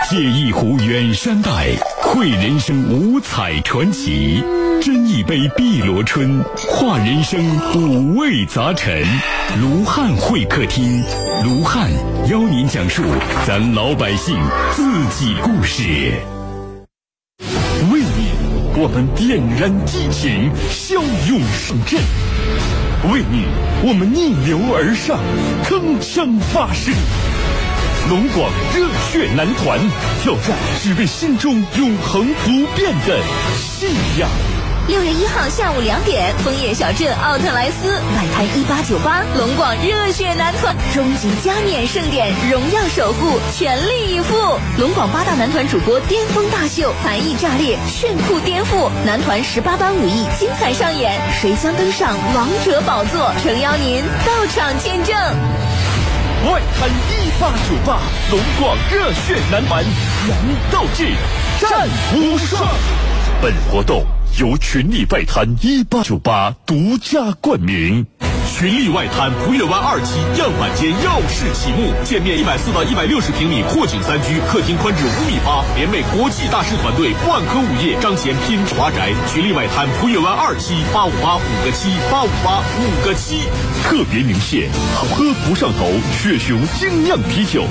Speaker 2: 借一壶远山黛，绘人生五彩传奇；斟一杯碧螺春，化人生五味杂陈。卢汉会客厅，卢汉邀您讲述咱老百姓自己故事。为你，我们点燃激情，骁勇上阵；为你，我们逆流而上，铿锵发誓。龙广热血男团挑战，只为心中永恒不变的信仰。
Speaker 4: 六月一号下午两点，枫叶小镇奥特莱斯摆摊一八九八，龙广热血男团终极加冕盛典，荣耀守护，全力以赴。龙广八大男团主播巅峰大秀，才艺炸裂，炫酷颠覆，男团十八般武艺精彩上演，谁将登上王者宝座？诚邀您到场见证。
Speaker 2: 外滩一八九八，龙广热血男团，燃斗志，战无双。本活动由群力外滩一八九八独家冠名。群力外滩普悦湾二期样板间耀世启幕，建面一百四到一百六十平米，阔景三居，客厅宽至五米八，联袂国际大师团队万科物业彰显品质华宅。群力外滩普悦湾二期八五八五个七八五八五个七，特别鸣谢喝不上头雪熊精酿啤酒，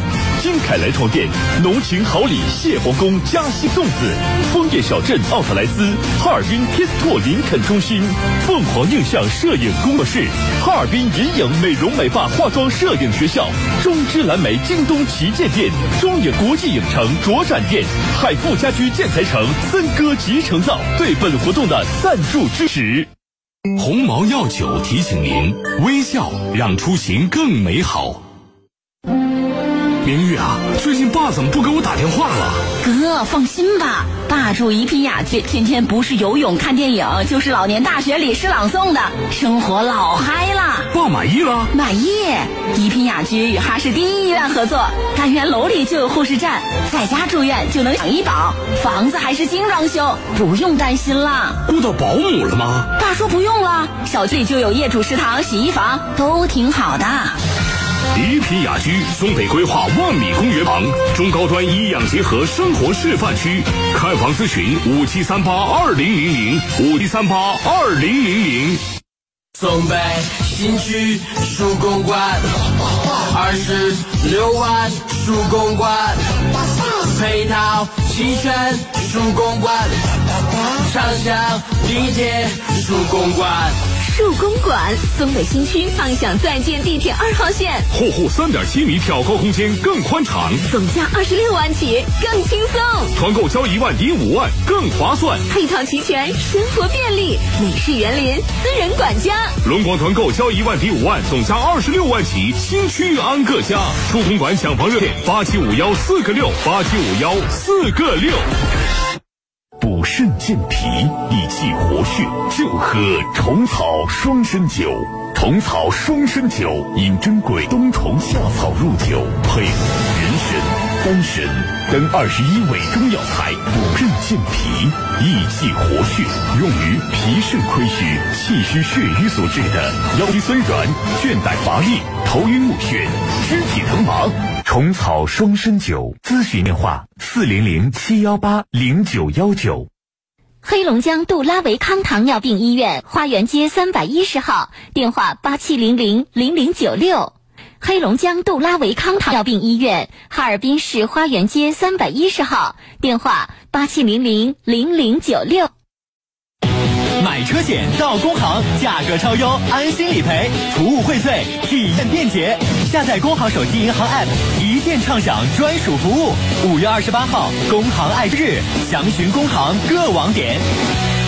Speaker 2: 金凯莱床垫，浓情好礼蟹黄宫嘉兴粽子，枫叶小镇奥特莱斯，哈尔滨天拓林肯中心，凤凰映像摄影工作室，哈尔滨银影美容美发化妆摄影学校，中之蓝莓京东旗舰店，中影国际影城卓展店，海富家居建材城，森哥集成灶对本活动的赞助支持。鸿茅药酒提醒您：微笑让出行更美好。明玉啊，最近爸怎么不给我打电话了？
Speaker 4: 哥，放心吧，爸住怡品雅居，天天不是游泳、看电影，就是老年大学里诗朗诵的，生活老嗨了。
Speaker 2: 爸满意了？
Speaker 4: 满意。怡品雅居与哈市第一医院合作，单元楼里就有护士站，在家住院就能享医保，房子还是精装修，不用担心啦。
Speaker 2: 雇到保姆了吗？
Speaker 4: 爸说不用了，小区里就有业主食堂、洗衣房，都挺好的。
Speaker 2: 礼品雅居，松北规划万米公园旁，中高端医养结合生活示范区。看房咨询五七三八二零零零五七三八二零零零。
Speaker 5: 松北新区书公馆，二十六万书公馆，配套齐全书公馆，畅享理解书公馆。
Speaker 4: 树公馆，松北新区畅享在建地铁二号线，
Speaker 2: 户户三点七米挑高空间更宽敞，
Speaker 4: 总价二十六万起，更轻松。
Speaker 2: 团购交一万抵五万更划算。
Speaker 4: 配套齐全，生活便利，美式园林，私人管家。
Speaker 2: 轮广团购交一万抵五万，总价二十六万起，新区安各家。初公馆抢房热线八七五幺四个六八七五幺四个六。补肾健脾、益气活血，就喝虫草双参酒。虫草双参酒饮珍贵冬虫夏草入酒，配人参、丹参等二十一味中药材，补肾健脾、益气活血，用于脾肾亏虚、气虚血瘀所致的腰肌酸软、倦怠乏力、头晕目眩、肢体疼麻。虫草双参酒，咨询电话：四零零七幺八零九幺九。
Speaker 4: 黑龙江杜拉维康糖尿病医院花园街三百一十号，电话八七零零零零九六。黑龙江杜拉维康糖尿病医院哈尔滨市花园街三百一十号，电话八七零零零零九六。
Speaker 6: 买车险到工行，价格超优，安心理赔，服务荟萃，体验便捷。下载工行手机银行 App，一键畅享专属服务。五月二十八号，工行爱之日，详询工行各网点。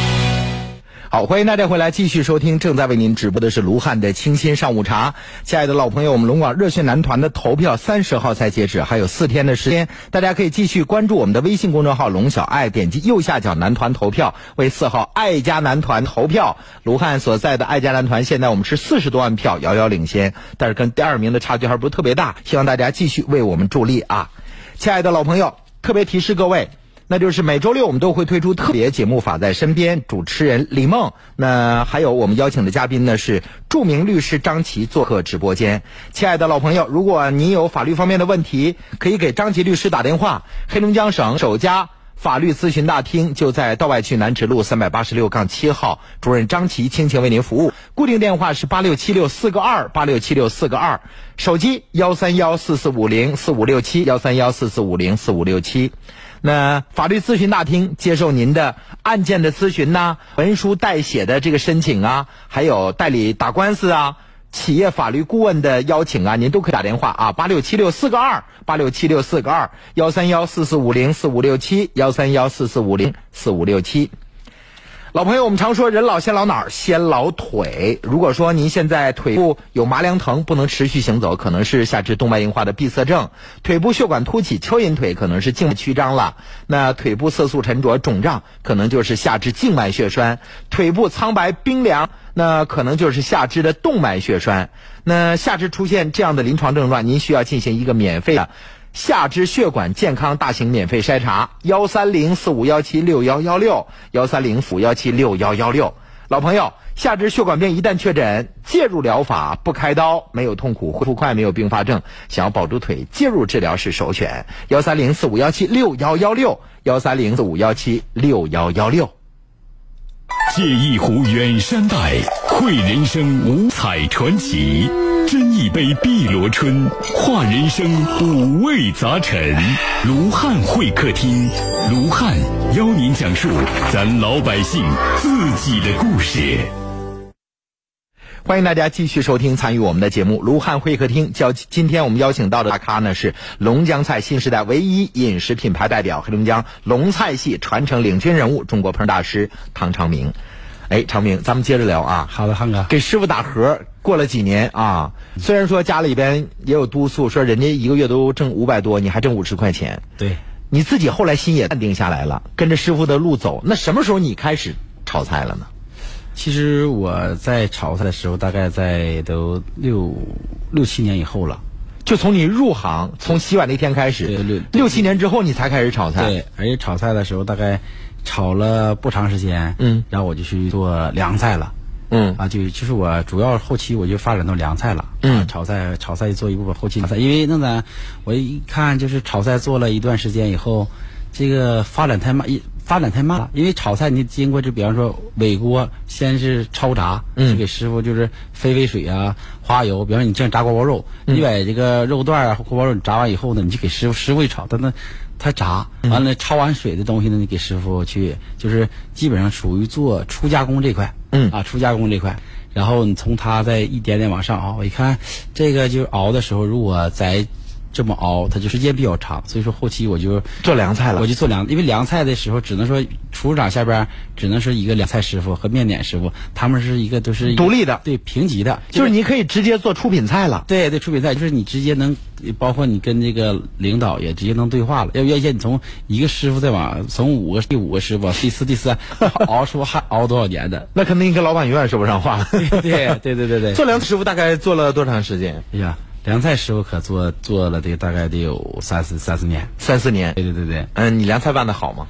Speaker 1: 好，欢迎大家回来继续收听，正在为您直播的是卢汉的清新上午茶。亲爱的老朋友，我们龙广热血男团的投票三十号才截止，还有四天的时间，大家可以继续关注我们的微信公众号“龙小爱”，点击右下角男团投票，为四号爱家男团投票。卢汉所在的爱家男团现在我们是四十多万票，遥遥领先，但是跟第二名的差距还不是特别大，希望大家继续为我们助力啊！亲爱的老朋友，特别提示各位。那就是每周六我们都会推出特别节目《法在身边》，主持人李梦。那还有我们邀请的嘉宾呢是著名律师张琪做客直播间。亲爱的老朋友，如果您有法律方面的问题，可以给张琪律师打电话。黑龙江省首家法律咨询大厅就在道外区南直路三百八十六杠七号，主任张琪倾情为您服务。固定电话是八六七六四个二八六七六四个二，手机幺三幺四四五零四五六七幺三幺四四五零四五六七。那法律咨询大厅接受您的案件的咨询呐、文书代写的这个申请啊，还有代理打官司啊、企业法律顾问的邀请啊，您都可以打电话啊，八六七六四个二八六七六四个二幺三幺四四五零四五六七幺三幺四四五零四五六七。老朋友，我们常说人老先老哪儿？先老腿。如果说您现在腿部有麻凉疼，不能持续行走，可能是下肢动脉硬化的闭塞症；腿部血管凸起、蚯蚓腿，可能是静脉曲张了；那腿部色素沉着、肿胀，可能就是下肢静脉血栓；腿部苍白冰凉，那可能就是下肢的动脉血栓。那下肢出现这样的临床症状，您需要进行一个免费的。下肢血管健康大型免费筛查，幺三零四五幺七六幺幺六，幺三零四五幺七六幺幺六。老朋友，下肢血管病一旦确诊，介入疗法不开刀，没有痛苦，恢复快，没有并发症，想要保住腿，介入治疗是首选。幺三零四五幺七六幺幺六，幺三零四五幺七六幺幺六。
Speaker 2: 借一壶远山黛，绘人生五彩传奇；斟一杯碧螺春，化人生五味杂陈。卢汉会客厅，卢汉邀您讲述咱老百姓自己的故事。
Speaker 1: 欢迎大家继续收听参与我们的节目《卢汉会客厅》。叫今天我们邀请到的大咖呢是龙江菜新时代唯一饮食品牌代表，黑龙江龙菜系传承领军人物、中国烹饪大师唐长明。哎，长明，咱们接着聊啊。
Speaker 3: 好的，汉哥，
Speaker 1: 给师傅打嗝，过了几年啊，虽然说家里边也有督促，说人家一个月都挣五百多，你还挣五十块钱，
Speaker 3: 对，
Speaker 1: 你自己后来心也淡定下来了，跟着师傅的路走。那什么时候你开始炒菜了呢？
Speaker 3: 其实我在炒菜的时候，大概在都六六七年以后了。
Speaker 1: 就从你入行，从洗碗那天开始，
Speaker 3: 对六
Speaker 1: 六七年之后你才开始炒菜。
Speaker 3: 对，啊而且炒菜的时候大概炒了不长时间，
Speaker 1: 嗯，
Speaker 3: 然后我就去做凉菜了。
Speaker 1: 嗯
Speaker 3: 啊，就就是我主要后期我就发展到凉菜了，嗯、啊，炒菜炒菜做一部分后期炒菜，因为那咱我一看就是炒菜做了一段时间以后，这个发展太慢，一发展太慢了，因为炒菜你经过就比方说尾锅先是焯炸，
Speaker 1: 嗯
Speaker 3: 就给师傅就是飞飞水啊、花油，比方说你正炸锅包肉，
Speaker 1: 嗯
Speaker 3: 你把这个肉段啊、锅包肉你炸完以后呢，你就给师傅师傅一炒，他那他炸
Speaker 1: 嗯
Speaker 3: 完了焯完水的东西呢，你给师傅去就是基本上属于做初加工这块，
Speaker 1: 嗯
Speaker 3: 啊，出加工这块，然后你从它再一点点往上熬。我一看这个就是熬的时候，如果再这么熬，它就时间比较长，所以说后期我就
Speaker 1: 做凉菜了
Speaker 3: 我就做凉，因为凉菜的时候只能说厨师长下边儿只能是一个凉菜师傅和面点师傅，他们是一个都是一个
Speaker 1: 独立的
Speaker 3: 对平级的，
Speaker 1: 就是你可以直接做出品菜了。
Speaker 3: 对对，出品菜就是你直接能，包括你跟这个领导也直接能对话了。要不原先你从一个师傅再往从五个第五个师傅第四第 三熬出还熬多少年的？
Speaker 1: 那肯定跟老板永远说不上话了。
Speaker 3: 对对对对对
Speaker 1: 做凉菜师傅大概做了多长时间？
Speaker 3: 哎呀，凉菜师傅可做做了得大概得有三四三四年。
Speaker 1: 三四年。
Speaker 3: 对对对对，
Speaker 1: 嗯，你凉菜办的好吗？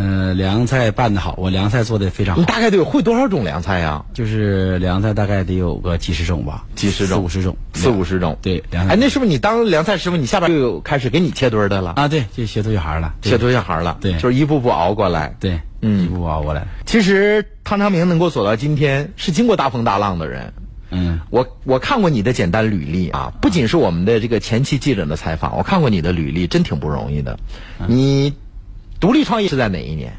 Speaker 3: 嗯、凉菜办的好，我凉菜做的非常好
Speaker 1: 你，大概得有会多少种凉菜呀？
Speaker 3: 就是凉菜大概得有个几十种吧，
Speaker 1: 几十种
Speaker 3: 四五十种，
Speaker 1: 四五十种。
Speaker 3: 对凉菜
Speaker 1: 哎，那是不是你当凉菜师傅，你下边就有开始给你切墩儿的了？
Speaker 3: 啊，对，就学徒小孩了，对
Speaker 1: 切墩小孩了，
Speaker 3: 对
Speaker 1: 就是一步步熬过来。
Speaker 3: 对，
Speaker 1: 嗯
Speaker 3: 一步步熬过来，
Speaker 1: 其实汤昌明能够走到今天，是经过大风大浪的人。
Speaker 3: 嗯。
Speaker 1: 我我看过你的简单履历啊，不仅是我们的这个前期记者的采访，我看过你的履历，真挺不容易的。
Speaker 3: 嗯
Speaker 1: 你独立创业是在哪一年？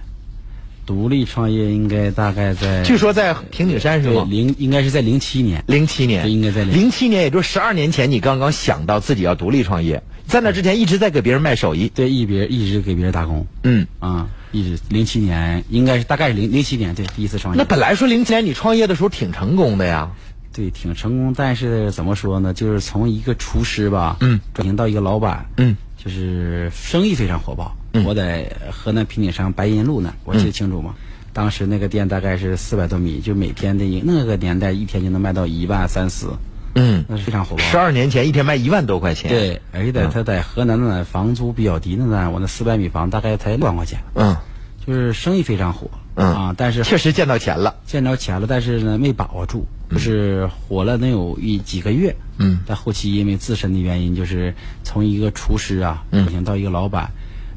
Speaker 3: 独立创业应该大概在
Speaker 1: 据说在平顶山是
Speaker 3: 呃对
Speaker 1: 吗？
Speaker 3: 零应该是在零七年，
Speaker 1: 零七年，
Speaker 3: 对应该在
Speaker 1: 零七年，也就是十二年前，你刚刚想到自己要独立创业，在那之前一直在给别人卖手艺。
Speaker 3: 对，一别一直给别人打工，
Speaker 1: 嗯，
Speaker 3: 啊、一直零七年应该是大概是零零七年，对，第一次创业，
Speaker 1: 那本来说零七年你创业的时候挺成功的呀，
Speaker 3: 对挺成功，但是怎么说呢，就是从一个厨师吧，
Speaker 1: 嗯，
Speaker 3: 转型到一个老板，
Speaker 1: 嗯，
Speaker 3: 就是生意非常火爆，嗯，我在河南平顶山白银路那儿，我
Speaker 1: 嗯
Speaker 3: 记得清楚吗？当时那个店大概是四百多米，就每天的一那个年代一天就能卖到一万三四，
Speaker 1: 嗯，
Speaker 3: 那是非常火爆。
Speaker 1: 十二嗯年前一天卖一万多块钱。，
Speaker 3: 对，而且在他在河南呢，房租比较低的呢，我那四百米房大概才六万块钱，
Speaker 1: 嗯
Speaker 3: 就是生意非常火，
Speaker 1: 嗯
Speaker 3: 啊，但是
Speaker 1: 确实见到钱了。
Speaker 3: 见着钱了，但是呢没把握住，就是火了能有一几个月，嗯，但后期因为自身的原因，就是从一个厨师啊，转型到一个老板。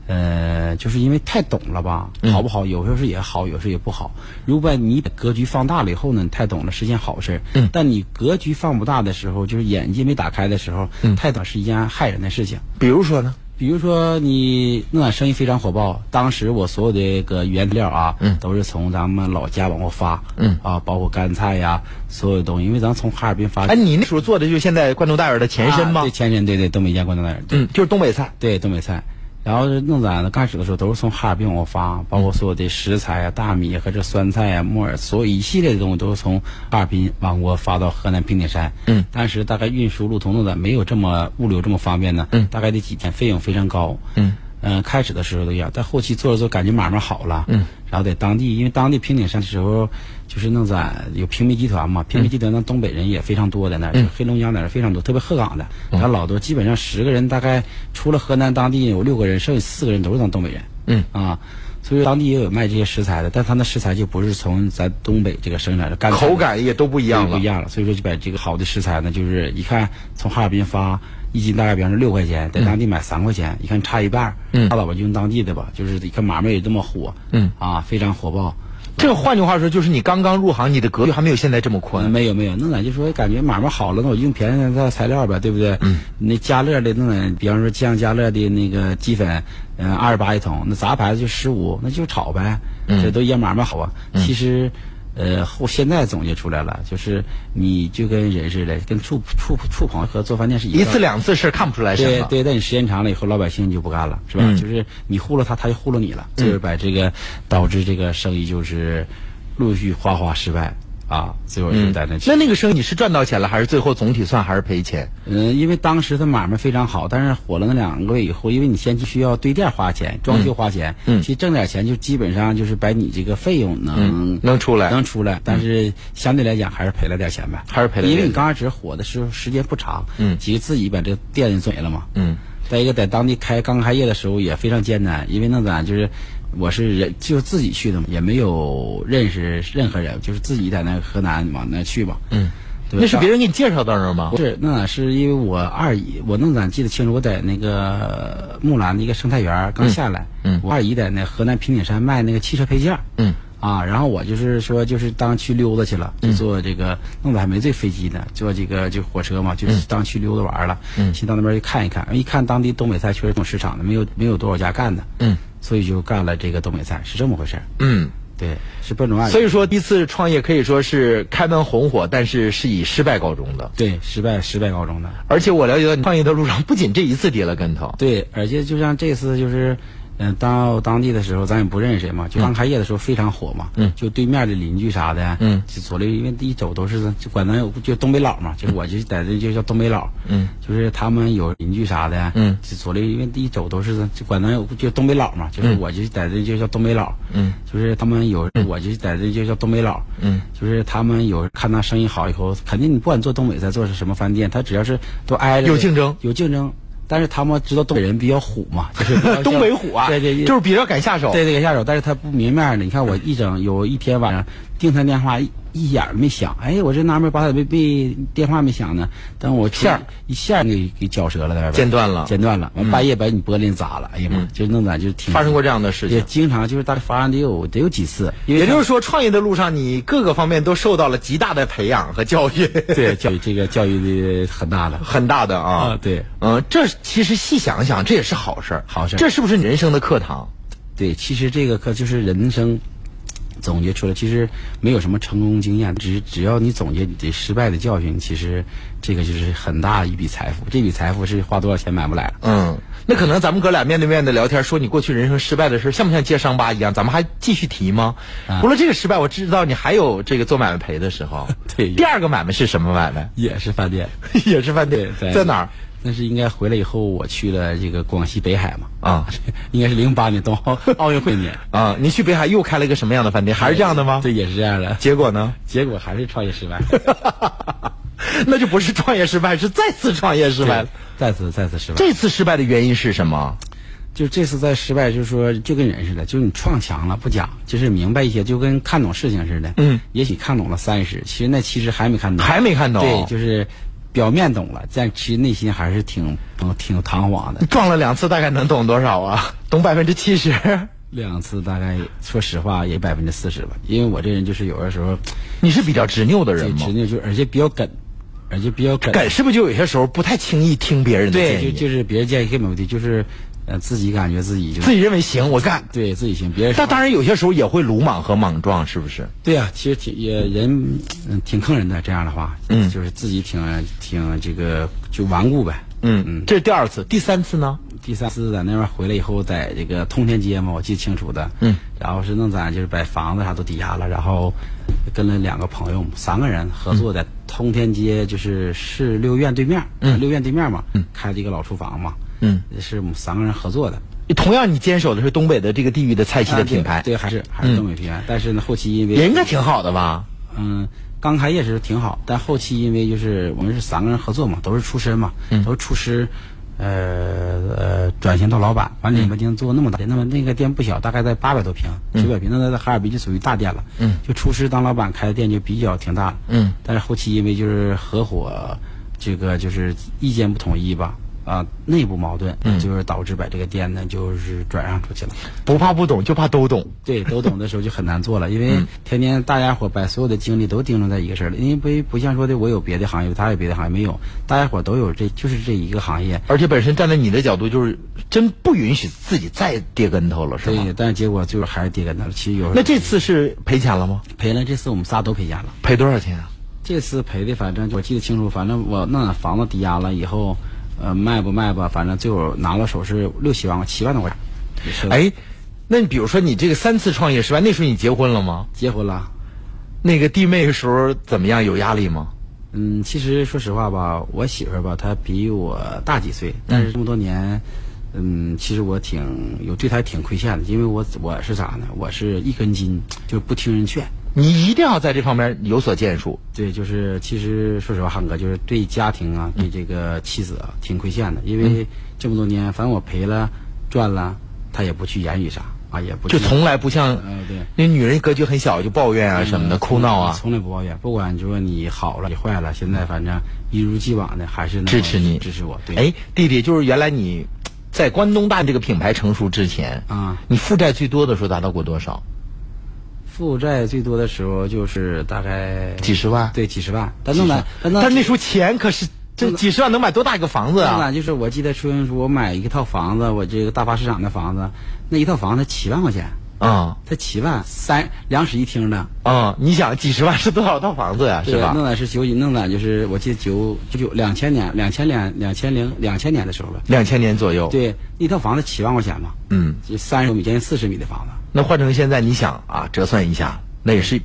Speaker 3: 呃，就是因为太懂了吧，好不好？有时候是也好，有时候也不好。如果你把格局放大了以后呢，你太懂了是一件好事儿。嗯，但你格局放不大的时候，就是眼界没打开的时候，太懂是一件害人的事情。
Speaker 1: 比如说呢？
Speaker 3: 比如说你那生意非常火爆，当时我所有的个原料啊，
Speaker 1: 嗯
Speaker 3: 都是从咱们老家往过发，嗯，啊，包括干菜呀、所有的东西，因为咱从哈尔滨发，
Speaker 1: 哎，你那时候做的就是现在关东大院的前身
Speaker 3: 啊
Speaker 1: 吗
Speaker 3: 对，？前身，对对，东北烟关东那儿，对、
Speaker 1: 嗯，就是东北菜。
Speaker 3: 对，东北菜。然后弄咱刚开始的时候都是从哈尔滨往过发，包括所有的食材啊、大米和这酸菜啊、木耳，所有一系列的东西都是从哈尔滨往过发到河南平顶山。嗯，当时大概运输路途弄的没有这么物流这么方便呢。嗯，大概得几天，费用非常高。嗯。嗯，开始的时候都一样，但后期做着做着感觉慢慢好了，嗯，然后在当地，因为当地平顶山的时候，就是弄咱有平煤集团嘛，平煤集团那东北人也非常多在那儿，就黑龙江那儿非常多，特别鹤岗的，咱老多，基本上十个人大概除了河南当地有六个人，剩下四个人都是咱东北人，嗯啊。所以当地也有卖这些食材的，但他那食材就不是从咱东北这个生产的，干脆
Speaker 1: 口感也都不一样
Speaker 3: 不
Speaker 1: 了
Speaker 3: 一。样了。所以说就把这个好的食材呢，就是一看从哈尔滨发一斤，大概比方说六块
Speaker 1: 嗯
Speaker 3: 钱，在当地买三块钱，一看差一半儿，那老板就用当地的吧，就是一看买卖也这么火，嗯啊，非常火爆。
Speaker 1: 这个换句话说，就是你刚刚入行，你的格局还没有现在这么
Speaker 3: 嗯
Speaker 1: 宽。
Speaker 3: 没有没有，那咱就说感觉买卖好了，那我用便宜的材料呗，对不对？嗯。那家乐的那咱，比方说像家乐的那个鸡粉，嗯，二十八一桶，那杂牌子就十五，那就炒呗，
Speaker 1: 嗯
Speaker 3: 这都一样买卖好啊。其实，呃，后现在总结出来了，就是你就跟人似的，跟处处处朋友和做饭店是一
Speaker 1: 一
Speaker 3: 个
Speaker 1: 次两次是嗯看不出来什
Speaker 3: 对
Speaker 1: 么。
Speaker 3: 对，但你时间长了以后，老百姓就不干了，是吧？就是你糊弄他，他就糊弄你了，
Speaker 1: 嗯
Speaker 3: 就是把这个导致这个生意就是陆续哗哗失败啊。最后就
Speaker 1: 嗯
Speaker 3: 在那、
Speaker 1: 那那个生意你是赚到钱了，还是最后总体算还是赔钱？
Speaker 3: 嗯，因为当时他买卖非常好，但是火了那两个月以后，因为你先期需要对店花钱、装修花钱，嗯，其实挣点钱就基本上就是把你这个费用能、
Speaker 1: 嗯能出来嗯
Speaker 3: 能出来，但是相对来讲还是赔了点钱呗，
Speaker 1: 还是赔了点
Speaker 3: 因为你刚开始火的时候时间不长，嗯，其实自己把这个店做没了嘛，
Speaker 1: 嗯，
Speaker 3: 再一个在当地开刚开业的时候也非常艰难，因为那咱就是。我是人就自己去的嘛，也没有认识任何人，就是自己在那河南往那去嘛。嗯，对吧
Speaker 1: 那是别人给你介绍到那儿吗
Speaker 3: 不？是，那是因为我二姨，我弄咱记得清楚，我在那个木兰的一个生态园儿刚下来，嗯，我二姨在那河南平顶山卖那个汽车配件，嗯，啊，然后我就是说就是当去溜达去了，就坐这个弄咱还没坐飞机呢，坐这个就火车嘛，就是当去溜达玩儿了，嗯，先到那边去看一看，一看当地东北菜确实挺有市场的，没有没有多少家干的，嗯，所以就干了这个东北菜，是这么回事儿，
Speaker 1: 嗯，
Speaker 3: 对，是各种外语。
Speaker 1: 所以说，第一次创业可以说是开门红火，但是是以失败告终的。
Speaker 3: 对，失败失败告终的。
Speaker 1: 而且我了解到，你创业的路上不仅这一次跌了跟头，
Speaker 3: 对，而且就像这次就是，嗯、到当地的时候，咱也不认识谁嘛，就刚开业的时候非常火嘛，嗯，就对面的邻居啥的，
Speaker 1: 嗯
Speaker 3: 就左邻因为一走都是就管咱有就东北佬嘛，就是我就在这就叫东北佬，嗯，就是他们有邻居啥的，
Speaker 1: 嗯
Speaker 3: 就左邻因为一走都是就管咱有就东北佬嘛，就是我就在这就叫东北佬，
Speaker 1: 嗯，
Speaker 3: 就是他们有我就在这就叫东北佬，
Speaker 1: 嗯，
Speaker 3: 就是他们有看他生意好以后，肯定你不管做东北菜做是什么饭店，他只要是都挨着
Speaker 1: 有竞争
Speaker 3: 有竞争。但是他们知道东北人比较虎 嘛，就是比较像
Speaker 1: 东北虎啊，
Speaker 3: 对对，
Speaker 1: 就是比较敢下手。
Speaker 3: 对对下手，但是他不明面儿的。你看我一整有一天晚上订餐电话一一眼儿没响，哎，我这纳闷儿把咋没没电话没响呢？但我
Speaker 1: 线
Speaker 3: 线
Speaker 1: 儿
Speaker 3: 一线儿给给绞折了，在外边
Speaker 1: 间断了嗯
Speaker 3: 间断了，完半夜把你玻璃砸了，哎呀妈，就弄咱就挺
Speaker 1: 发生过这样的事情
Speaker 3: 也经常就是大概发生得有得有几次，因为
Speaker 1: 也
Speaker 3: 他
Speaker 1: 就是说，创业的路上，你各个方面都受到了极大的培养和教育，
Speaker 3: 对教育这个教育的很大了。
Speaker 1: 很大的啊。
Speaker 3: 啊对，
Speaker 1: 嗯，这其实细想想，这也是好事儿，
Speaker 3: 好事儿
Speaker 1: 这是不是你人生的课堂？
Speaker 3: 对，其实这个课就是人生总结出来，其实没有什么成功经验，只只要你总结你的失败的教训，其实这个就是很大一笔财富。这笔财富是花多少钱买不来了。
Speaker 1: 嗯，那可能咱们哥俩面对面的聊天，说你过去人生失败的事儿，像不像揭伤疤一样？咱们还继续提吗？
Speaker 3: 啊
Speaker 1: 除了这个失败，我知道你还有这个做买卖赔的时候。
Speaker 3: 对
Speaker 1: 第二个买卖是什么买卖？
Speaker 3: 也是饭店，
Speaker 1: 也是饭店，
Speaker 3: 对
Speaker 1: 在哪儿？？
Speaker 3: 那是应该回来以后，我去了这个广西北海嘛，
Speaker 1: 啊，
Speaker 3: 应该是零八年冬奥奥运会 年，
Speaker 1: 啊，你去北海又开了一个什么样的饭店？还是这样的吗？，
Speaker 3: 对，也是这样的，
Speaker 1: 结果呢？
Speaker 3: 结果还是创业失败，
Speaker 1: 那就不是创业失败，是再次创业 失败了
Speaker 3: 对。再次再次失败。
Speaker 1: 这次失败的原因是什么？
Speaker 3: 就这次在失败，就是说就跟人似的，就是你撞墙了不讲，就是明白一些，就跟看懂事情似的。
Speaker 1: 嗯，
Speaker 3: 也许看懂了三十，其实那其实还没看懂，
Speaker 1: 还没看懂
Speaker 3: 对，就是表面懂了，但其实内心还是挺挺挺彷 徨的
Speaker 1: 你。撞了两次，大概能懂多少啊？ 懂百分之七十。
Speaker 3: 两次大概说实话也百分之四十吧，因为我这人就是有的时候
Speaker 1: 你是比较执拗的
Speaker 3: 这
Speaker 1: 人吗
Speaker 3: 执？拗，就而且比较梗，而且比较梗，
Speaker 1: 梗是不是就有些时候不太轻易听别人的建
Speaker 3: 对，
Speaker 1: 议？
Speaker 3: 就就是别人建议根本不听，就是呃自己感觉自己就
Speaker 1: 自己认为行，我干。
Speaker 3: 对自己行，别人说
Speaker 1: 但当然有些时候也会鲁莽和莽撞，是不是？
Speaker 3: 对呀、其实挺也人嗯挺坑人的，这样的话，
Speaker 1: 嗯
Speaker 3: 就是自己挺挺这个就顽固呗。
Speaker 1: 嗯，这是第二次，第三次呢？
Speaker 3: 第三次在那边回来以后，在这个通天街嘛，我记得清楚的。嗯，然后是弄咱就是把房子啥都抵押了，然后跟了两个朋友，三个人
Speaker 1: 嗯
Speaker 3: 合作在通天街，就是市六院对面，嗯，六院对面嘛，嗯，开了一个老厨房嘛，
Speaker 1: 嗯，
Speaker 3: 是我们三个人合作的。
Speaker 1: 同样，你坚守的是东北的这个地域的菜系的品牌，嗯
Speaker 3: 啊对，对还是还是东北品牌，但是呢，后期因为
Speaker 1: 也应该挺好的吧？
Speaker 3: 嗯，刚开业时挺好，但后期因为就是我们是三个人合作嘛，都是厨师嘛，都是厨师，呃呃，转型到老板，完里面店做那么大，那么那个店不小，大概在八百多平、九百平，那在哈尔滨就属于大店了。嗯，就厨师当老板开的店就比较挺大了。
Speaker 1: 嗯，
Speaker 3: 但是后期因为就是合伙，这个就是意见不统一吧。啊，内部矛盾，就是导致把这个店呢，就是转让出去了。
Speaker 1: 不怕不懂，就怕都懂。
Speaker 3: 对，都懂的时候就很难做了，
Speaker 1: 嗯
Speaker 3: 因为天天大家伙把所有的精力都盯着在一个事儿了，因为不不像说的我有别的行业，他有别的行业没有，大家伙都有这就是这一个行业。
Speaker 1: 而且本身站在你的角度，就是真不允许自己再跌跟头了，是吗
Speaker 3: 对，？但是结果最后还是跌跟头了。其实有时候
Speaker 1: 那这次是赔钱了吗？
Speaker 3: 赔了，这次我们仨都赔钱了。
Speaker 1: 赔多少钱啊？
Speaker 3: 这次赔的，反正我记得清楚，反正我那房子抵押了以后，呃，卖不卖吧，反正最后拿了手是六七万块，七万多块。也是，
Speaker 1: 哎，那你比如说你这个三次创业失败，那时候你结婚了吗？
Speaker 3: 结婚了。
Speaker 1: 那个弟妹时候怎么样？有压力吗？
Speaker 3: 嗯，其实说实话吧，我媳妇儿吧，她比我大几岁，但是这么多年，嗯，其实我挺有对她挺亏欠的，因为我我是啥呢？我是一根筋，就是不听人劝。
Speaker 1: 你一定要在这方面有所建树。
Speaker 3: 对，就是其实说实话，汉哥就是对家庭啊，
Speaker 1: 嗯
Speaker 3: 对这个妻子啊，挺亏欠的，因为这么多年，反正我赔了赚了，她也不去言语啥啊，也不去
Speaker 1: 就从来不像，
Speaker 3: 嗯对嗯
Speaker 1: 那女人格局很小，就抱怨啊什么的，哭闹啊，
Speaker 3: 从来不抱怨，不管就说你好了，你坏了，现在反正一如既往的还是那么
Speaker 1: 支持你，
Speaker 3: 嗯支持我。对，
Speaker 1: 哎，弟弟，就是原来你在关东大这个品牌成熟之前
Speaker 3: 啊
Speaker 1: 你负债最多的时候达到过多少？
Speaker 3: 负债最多的时候就是大概
Speaker 1: 几十万
Speaker 3: 对，几十万。但弄咱，但弄
Speaker 1: 但那时候钱可是这几十万能买多大一个房子
Speaker 3: 弄
Speaker 1: 啊？
Speaker 3: 咱就是我记得初中时候我买一套房子，我这个大发市场的房子，那一套房子七万块钱。
Speaker 1: 啊
Speaker 3: 才七万三两室一厅的，
Speaker 1: 啊！你想几十万是多少套房子呀、
Speaker 3: 对
Speaker 1: 是吧
Speaker 3: 弄？的是九几，弄的就是我记得九九两千年、两千年、两千零两千年的时候了。
Speaker 1: 两千年左右。，
Speaker 3: 对，一套房子七万块钱嘛，
Speaker 1: 嗯，
Speaker 3: 就三十米将近四十米的房子。
Speaker 1: 那换成现在，你想啊，折算一下，那也是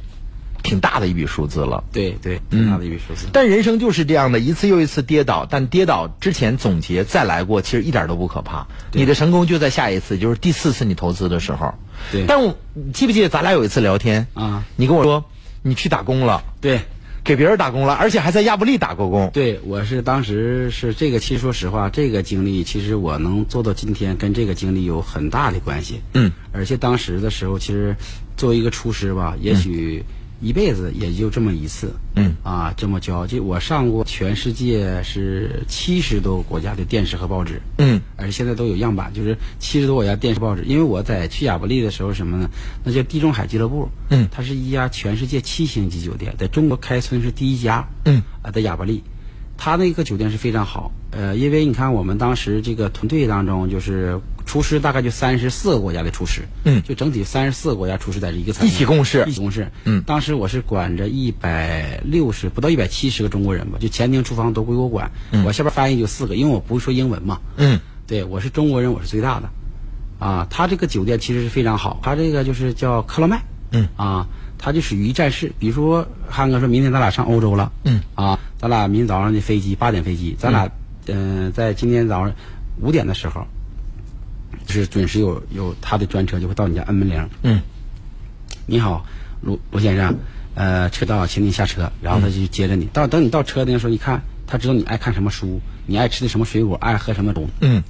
Speaker 1: 挺大的一笔数字了。
Speaker 3: 对对，
Speaker 1: 嗯
Speaker 3: 挺大的一笔数字。
Speaker 1: 但人生就是这样的，一次又一次跌倒，但跌倒之前总结再来过，其实一点都不可怕。你的成功就在下一次，就是第四次你投资的时候。
Speaker 3: 对
Speaker 1: 但我你记不记得咱俩有一次聊天
Speaker 3: 啊？
Speaker 1: 你跟我说你去打工了，
Speaker 3: 对
Speaker 1: 给别人打工了，而且还在亚布力打过工。
Speaker 3: 对，我是当时是这个，其实说实话，这个经历其实我能做到今天，跟这个经历有很大的关系。
Speaker 1: 嗯，
Speaker 3: 而且当时的时候，其实作为一个厨师吧，也许一辈子也就这么一次。
Speaker 1: 嗯，
Speaker 3: 啊，这么教，就我上过全世界是七十多个国家的电视和报纸。
Speaker 1: 嗯，
Speaker 3: 而且现在都有样板，就是七十多国家电视报纸。因为我在去亚布力的时候，什么呢？那叫地中海俱乐部，
Speaker 1: 嗯
Speaker 3: 它是一家全世界七星级酒店，在中国开村是第一家，
Speaker 1: 嗯，
Speaker 3: 啊，在亚布力，它那个酒店是非常好，呃，因为你看我们当时这个团队当中，就是厨师大概就三十四个国家的厨师，
Speaker 1: 嗯
Speaker 3: 就整体三十四个国家厨师在这一个餐
Speaker 1: 一起共事
Speaker 3: 一起共事，
Speaker 1: 嗯
Speaker 3: 当时我是管着一百六十不到一百七十个中国人吧，就前厅、厨房都归我管，我下边翻译就四个，因为我不会说英文嘛，
Speaker 1: 嗯，
Speaker 3: 对，我是中国人，我是最大的。啊，它这个酒店其实是非常好，它这个就是叫克罗麦，嗯，啊，它就属于一站式。比如说，汉哥说明天咱俩上欧洲了，嗯，啊，咱俩明天早上的飞机八点飞机，咱俩嗯、呃在今天早上五点的时候，就是准时有有他的专车就会到你家按门铃，
Speaker 1: 嗯，
Speaker 3: 你好，卢卢先生，呃，车到，请你下车。然后他就接着你，到等你到车的时候，一看，他知道你爱看什么书，你爱吃的什么水果，爱喝什么东西，
Speaker 1: 嗯，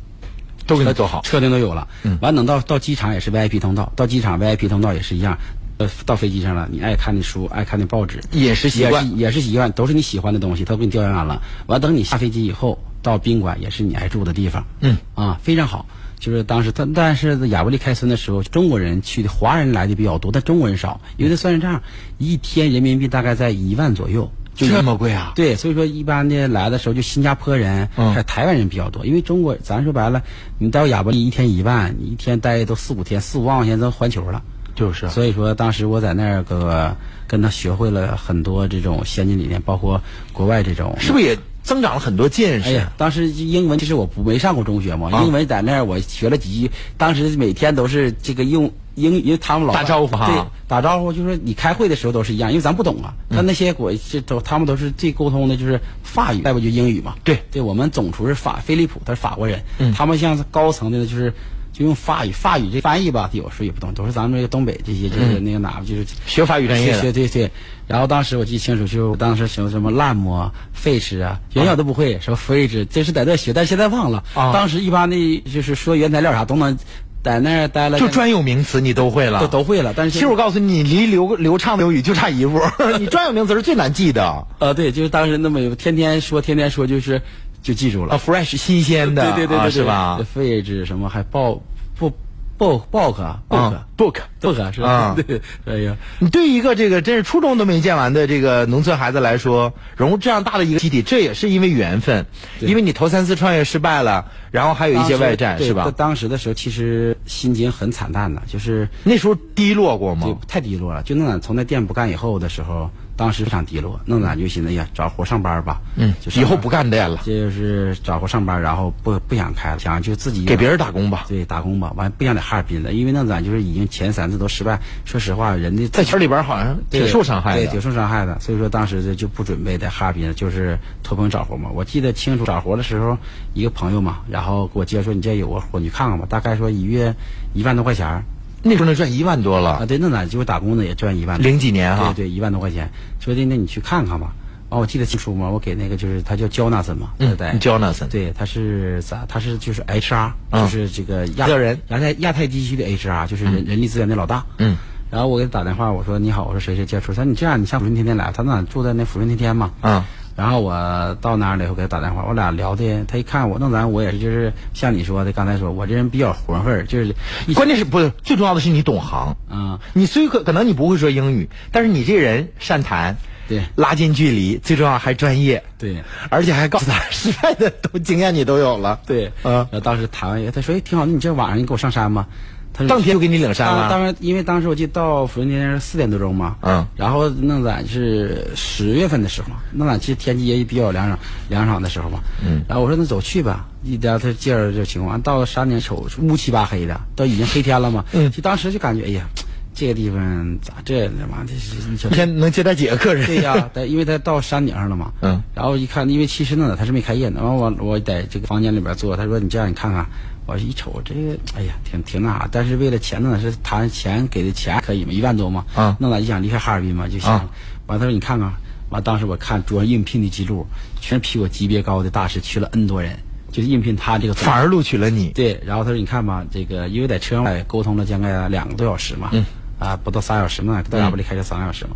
Speaker 1: 都给你做好。嗯
Speaker 3: 车顶都有了。完等到到机场也是 VIP 通道，到机场 VIP 通道也是一样。呃，到飞机上了，你爱看的书，爱看的报纸，
Speaker 1: 饮食习惯
Speaker 3: 也是也是习惯，都是你喜欢的东西，他都给你调研完了。完，等你下飞机以后，到宾馆也是你爱住的地方。
Speaker 1: 嗯，
Speaker 3: 啊，非常好。就是当时，但但是亚布力开村的时候，中国人去的，华人来的比较多，但中国人少，因为他算账，一天人民币大概在一万左右。就
Speaker 1: 这么贵啊
Speaker 3: 对，所以说一般的来的时候，就新加坡人、
Speaker 1: 嗯
Speaker 3: 还有台湾人比较多，因为中国咱说白了，你到亚布力一天一万，你一天待都四五天，四五万块钱都环球了。
Speaker 1: 就是啊
Speaker 3: 所以说当时我在那儿个跟他学会了很多这种先进理念，包括国外这种。
Speaker 1: 是不是也增长了很多见识？啊
Speaker 3: 哎呀，当时英文其实我不没上过中学嘛，英文在那儿我学了几句，当时每天都是这个用英，因为他们老
Speaker 1: 打招呼哈
Speaker 3: 对，打招呼就是你开会的时候都是一样，因为咱不懂啊，
Speaker 1: 嗯
Speaker 3: 他那些国这都他们都是最沟通的就是法语，再不就英语嘛。
Speaker 1: 对嗯
Speaker 3: 对，我们总厨是法菲利普，他是法国人，他们像高层的呢就是。就用法语，法语这翻译吧，他有时候也不懂，都是咱们这个东北这些，
Speaker 1: 嗯
Speaker 3: 就是那个哪，就是
Speaker 1: 学法语专业的
Speaker 3: 对对对，然后当时我记得清楚，就当时什么什么烂模、fish 啊，原料都不会，什么 fridge，这是在这学，但是现在忘了。
Speaker 1: 啊
Speaker 3: 当时一般的就是说原材料啥都能，在那儿待了
Speaker 1: 就专有名词你都会了，
Speaker 3: 都都会了，但是
Speaker 1: 其实我告诉你，你离流流畅流语就差一 步，你专有名词是最难记的啊
Speaker 3: 呃对，就是当时那么有天天说，天天说就是就记住了。
Speaker 1: ，fresh 新鲜啊的，
Speaker 3: 对对对对
Speaker 1: 啊
Speaker 3: 对，
Speaker 1: 是吧？
Speaker 3: ？fridge 什么还报不报报啊
Speaker 1: 啊
Speaker 3: 报
Speaker 1: ，book。
Speaker 3: 报啊是
Speaker 1: 啊
Speaker 3: 吧？ 对，哎呀。
Speaker 1: 你对一个这个真是初中都没见完的这个农村孩子来说，融入这样大的一个集体，这也是因为缘分，因为你头三次创业失败了，然后还有一些外
Speaker 3: 当
Speaker 1: 债，
Speaker 3: 时对
Speaker 1: 是吧
Speaker 3: 当？当啊时的时候，其实心情很惨淡的，就是
Speaker 1: 那时候低落过
Speaker 3: 就
Speaker 1: 吗？
Speaker 3: 太低落了。就弄咱从那店不干以后的时候，当时非常低落，弄咱就寻思哎呀，找活上班吧。嗯就上
Speaker 1: 以
Speaker 3: 班
Speaker 1: 后不干店了，
Speaker 3: 这就是找活上班，然后不不想开了，想就自己
Speaker 1: 给别人打工吧。
Speaker 3: 对打工吧，完不想在哈尔滨了，因为那咱就是已经前三次都失败。说实话，人家
Speaker 1: 在圈里边好像
Speaker 3: 对
Speaker 1: 挺受伤害
Speaker 3: 对，挺
Speaker 1: 的。
Speaker 3: 受伤害的。所以说当时就就不准备在哈尔滨，就是托朋友找活嘛。我记得清楚，找活的时候，一个朋友嘛，然后给我介绍说你这有个活，你看看吧。大概说一月一万多块钱儿
Speaker 1: 那时候能赚一万多
Speaker 3: 啊，
Speaker 1: 了，
Speaker 3: 对，那咱就打工的也赚一万多。
Speaker 1: 零几年哈
Speaker 3: 对对，一万多块钱。说的那你去看看吧。哦，我记得清楚嘛，我给那个就是他叫 Jonathan 嘛，
Speaker 1: 嗯
Speaker 3: 对
Speaker 1: Jonathan
Speaker 3: 对，他是咋？他是就是 HR，、
Speaker 1: 嗯
Speaker 3: 就是这个亚
Speaker 1: 负责人
Speaker 3: 亚太亚太地区的 HR，就是人、人力资源的老大。
Speaker 1: 嗯。
Speaker 3: 然后我给他打电话，我说你好，我说谁谁接触？他说你这样，你上抚顺天天来，他那住在那抚顺天天嘛。
Speaker 1: 嗯。
Speaker 3: 然后我到那儿了以后给他打电话，我俩聊的，他一看我弄咱我也是就是像你说的刚才说，我这人比较混混儿，就是一
Speaker 1: 关键是不是最重要的是你懂行
Speaker 3: 嗯
Speaker 1: 你虽可可能你不会说英语，但是你这人善谈，
Speaker 3: 对
Speaker 1: 拉近距离，最重要还专业，
Speaker 3: 对。
Speaker 1: 而且还告诉他失败的都经验你都有了，
Speaker 3: 对，
Speaker 1: 啊
Speaker 3: 哎然后当时谈完以后，他说：“哎，挺好，你这晚上你给我上山吗？”他是
Speaker 1: 当天就给你领删
Speaker 3: 当
Speaker 1: 了。
Speaker 3: 当然，因为当时我记得到抚顺那天是四点多钟嘛，
Speaker 1: 嗯
Speaker 3: 然后那咱是十月份的时候，那咱其实天气也比较凉爽凉爽的时候嘛，嗯，然后我说那走去吧，一家他介绍这情况，到三点瞅乌漆巴黑的，都已经黑天了嘛，嗯，就当时就感觉哎呀，这个地方咋这他妈的是，你瞧
Speaker 1: 一天能接待几个客人？
Speaker 3: 对呀，但因为他到山顶上了嘛，
Speaker 1: 嗯，
Speaker 3: 然后一看，因为其实呢他是没开业呢，完我我在这个房间里边坐，他说你这样你看看，我一瞅这个，哎呀，挺挺那啥，但是为了钱呢是谈钱给的钱可以嘛，一万多嘛，
Speaker 1: 啊
Speaker 3: 那咱就想离开哈尔滨嘛，就想，
Speaker 1: 啊
Speaker 3: 完他说你看看，完当时我看桌上应聘的记录，全是比我级别高的大师去了 N 多人，就是应聘他这个
Speaker 1: 反而录取了你。
Speaker 3: 对，然后他说：“你看吧，这个因为在车上哎沟通了将近两个多小时嘛，
Speaker 1: 嗯
Speaker 3: 啊，不到仨小时嘛，到家不得开车三个小时嘛。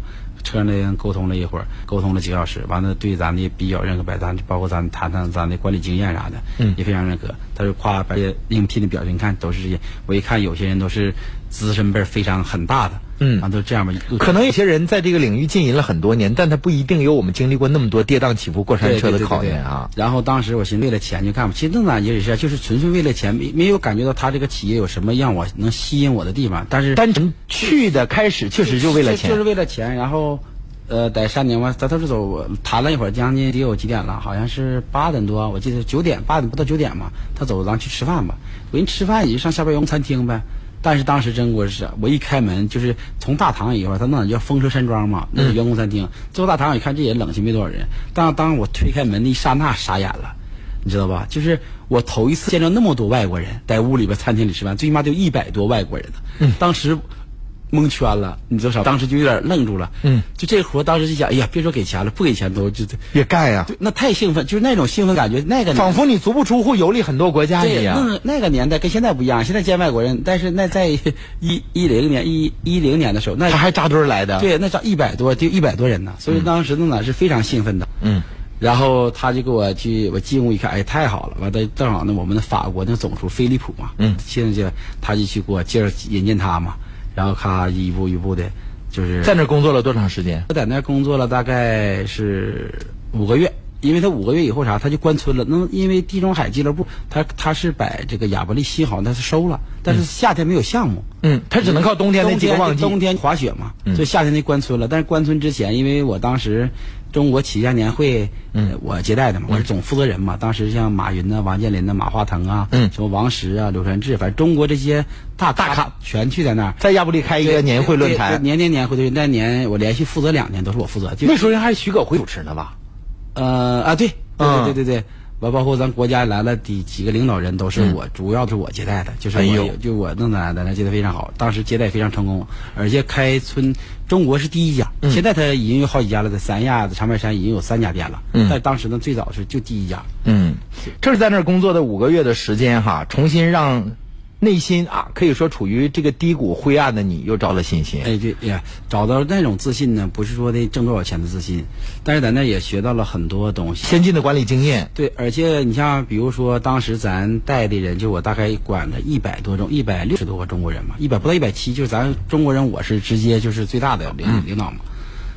Speaker 3: 车上的人沟通了一会儿，沟通了几个小时，完了对咱的比较认可呗，咱包括咱谈谈咱的管理经验啥的，
Speaker 1: 嗯
Speaker 3: 也非常认可。他就夸把这应聘的表情，你看都是这些，我一看有些人都是资深辈儿非常很大的，
Speaker 1: 嗯
Speaker 3: 啊，都这样吧，又
Speaker 1: 可能有些人在这个领域浸淫了很多年，但他不一定有我们经历过那么多跌宕起伏、过山
Speaker 3: 对
Speaker 1: 车
Speaker 3: 对
Speaker 1: 的
Speaker 3: 对
Speaker 1: 考
Speaker 3: 对
Speaker 1: 验啊。
Speaker 3: 然后当时我寻思为了钱就干吧，其实那啊咱也是，就是纯粹为了钱，没没有感觉到他这个企业有什么让我能吸引我的地方，但是
Speaker 1: 单纯去的开始确实就为了
Speaker 3: 就是
Speaker 1: 钱，
Speaker 3: 为了钱。然后，呃，在山顶嘛，咱当时走，我谈了一会儿，将近得有几点了，好像是八点多，我记得九点，八点不到九点嘛。他走，咱去吃饭吧。我一吃饭也就上下边员工餐厅呗。但是当时真给我是，我一开门就是从大堂以后，他那哪叫风车山庄嘛，
Speaker 1: 嗯
Speaker 3: 那是员工餐厅。最后大堂我一看，这也冷清没多少人。但当我推开门的一刹那，傻眼了。你知道吧？就是我头一次见着那么多外国人在屋里边餐厅里吃饭，最起码得有一百多外国人呢。
Speaker 1: 嗯
Speaker 3: 当时蒙圈了，你知道啥？当时就有点愣住了。嗯，就这活，当时就想，哎呀，别说给钱了，不给钱都就就
Speaker 1: 也干呀、
Speaker 3: 对，那太兴奋，就是那种兴奋感觉，那个
Speaker 1: 仿佛你足不出户游历很多国家一
Speaker 3: 对，
Speaker 1: 样。
Speaker 3: 那那个年代跟现在不一样，现在见外国人，但是那在 一一零年一一零年的时候，那
Speaker 1: 他还啊扎堆儿来的。，
Speaker 3: 对，那张一百多，就一百多人呢，所以当时弄哪是非常兴奋的。
Speaker 1: 嗯。
Speaker 3: 然后他就给我去，我进屋一看，哎，太好了！完了，正好呢，我们的法国那总厨菲利普嘛，嗯，现在就他就去给我介绍引荐他嘛，然后咔一步一步的，就是
Speaker 1: 在那儿工作了多长时间？
Speaker 3: 我在那儿工作了大概是五个月，因为他五个月以后啥，他就关村了。那因为地中海俱乐部，他他是把这个亚伯利新好，那是收了，但是夏天没有项目，
Speaker 1: 嗯，他只能靠冬天那几个旺季。嗯
Speaker 3: 冬天滑雪嘛，所以夏天就关村了。但是关村之前，因为我当时中国企业家年会，嗯，我接待的嘛，我是总负责人嘛。当时像马云呐、王健林呐、马化腾啊，
Speaker 1: 嗯
Speaker 3: 什么王石啊、柳传志，反正中国这些大
Speaker 1: 大咖
Speaker 3: 全去在那儿。
Speaker 1: 在亚布力开一个年会论
Speaker 3: 对对
Speaker 1: 坛，
Speaker 3: 年年年会对，那年我连续负责两年都是我负责。就
Speaker 1: 那时候人还是徐可辉主持呢吧？
Speaker 3: 呃啊，对，
Speaker 1: 嗯
Speaker 3: 对对对对对，完包括咱国家来了几几个领导人，都是我、主要是我接待的，就是
Speaker 1: 嗯
Speaker 3: 我
Speaker 1: 哎呦
Speaker 3: 就我弄的，在那接待非常好，当时接待非常成功，而且开村中国是第一家，
Speaker 1: 嗯
Speaker 3: 现在他已经有好几家了，在三亚、在长白山已经有三家店了，
Speaker 1: 嗯
Speaker 3: 但当时呢最早是就第一家，
Speaker 1: 嗯，这是在那儿工作的五个月的时间哈，重新让内心啊，可以说处于这个低谷灰暗的你又找了信心。
Speaker 3: 哎，对呀，找到那种自信呢，不是说的挣多少钱的自信，但是在那也学到了很多东西。
Speaker 1: 先进的管理经验，
Speaker 3: 对，而且你像比如说，当时咱带的人，就我大概管了一百多种，一百六十多个中国人嘛，一百不到一百七，就是咱中国人我是直接就是最大的
Speaker 1: 嗯
Speaker 3: 领领导嘛。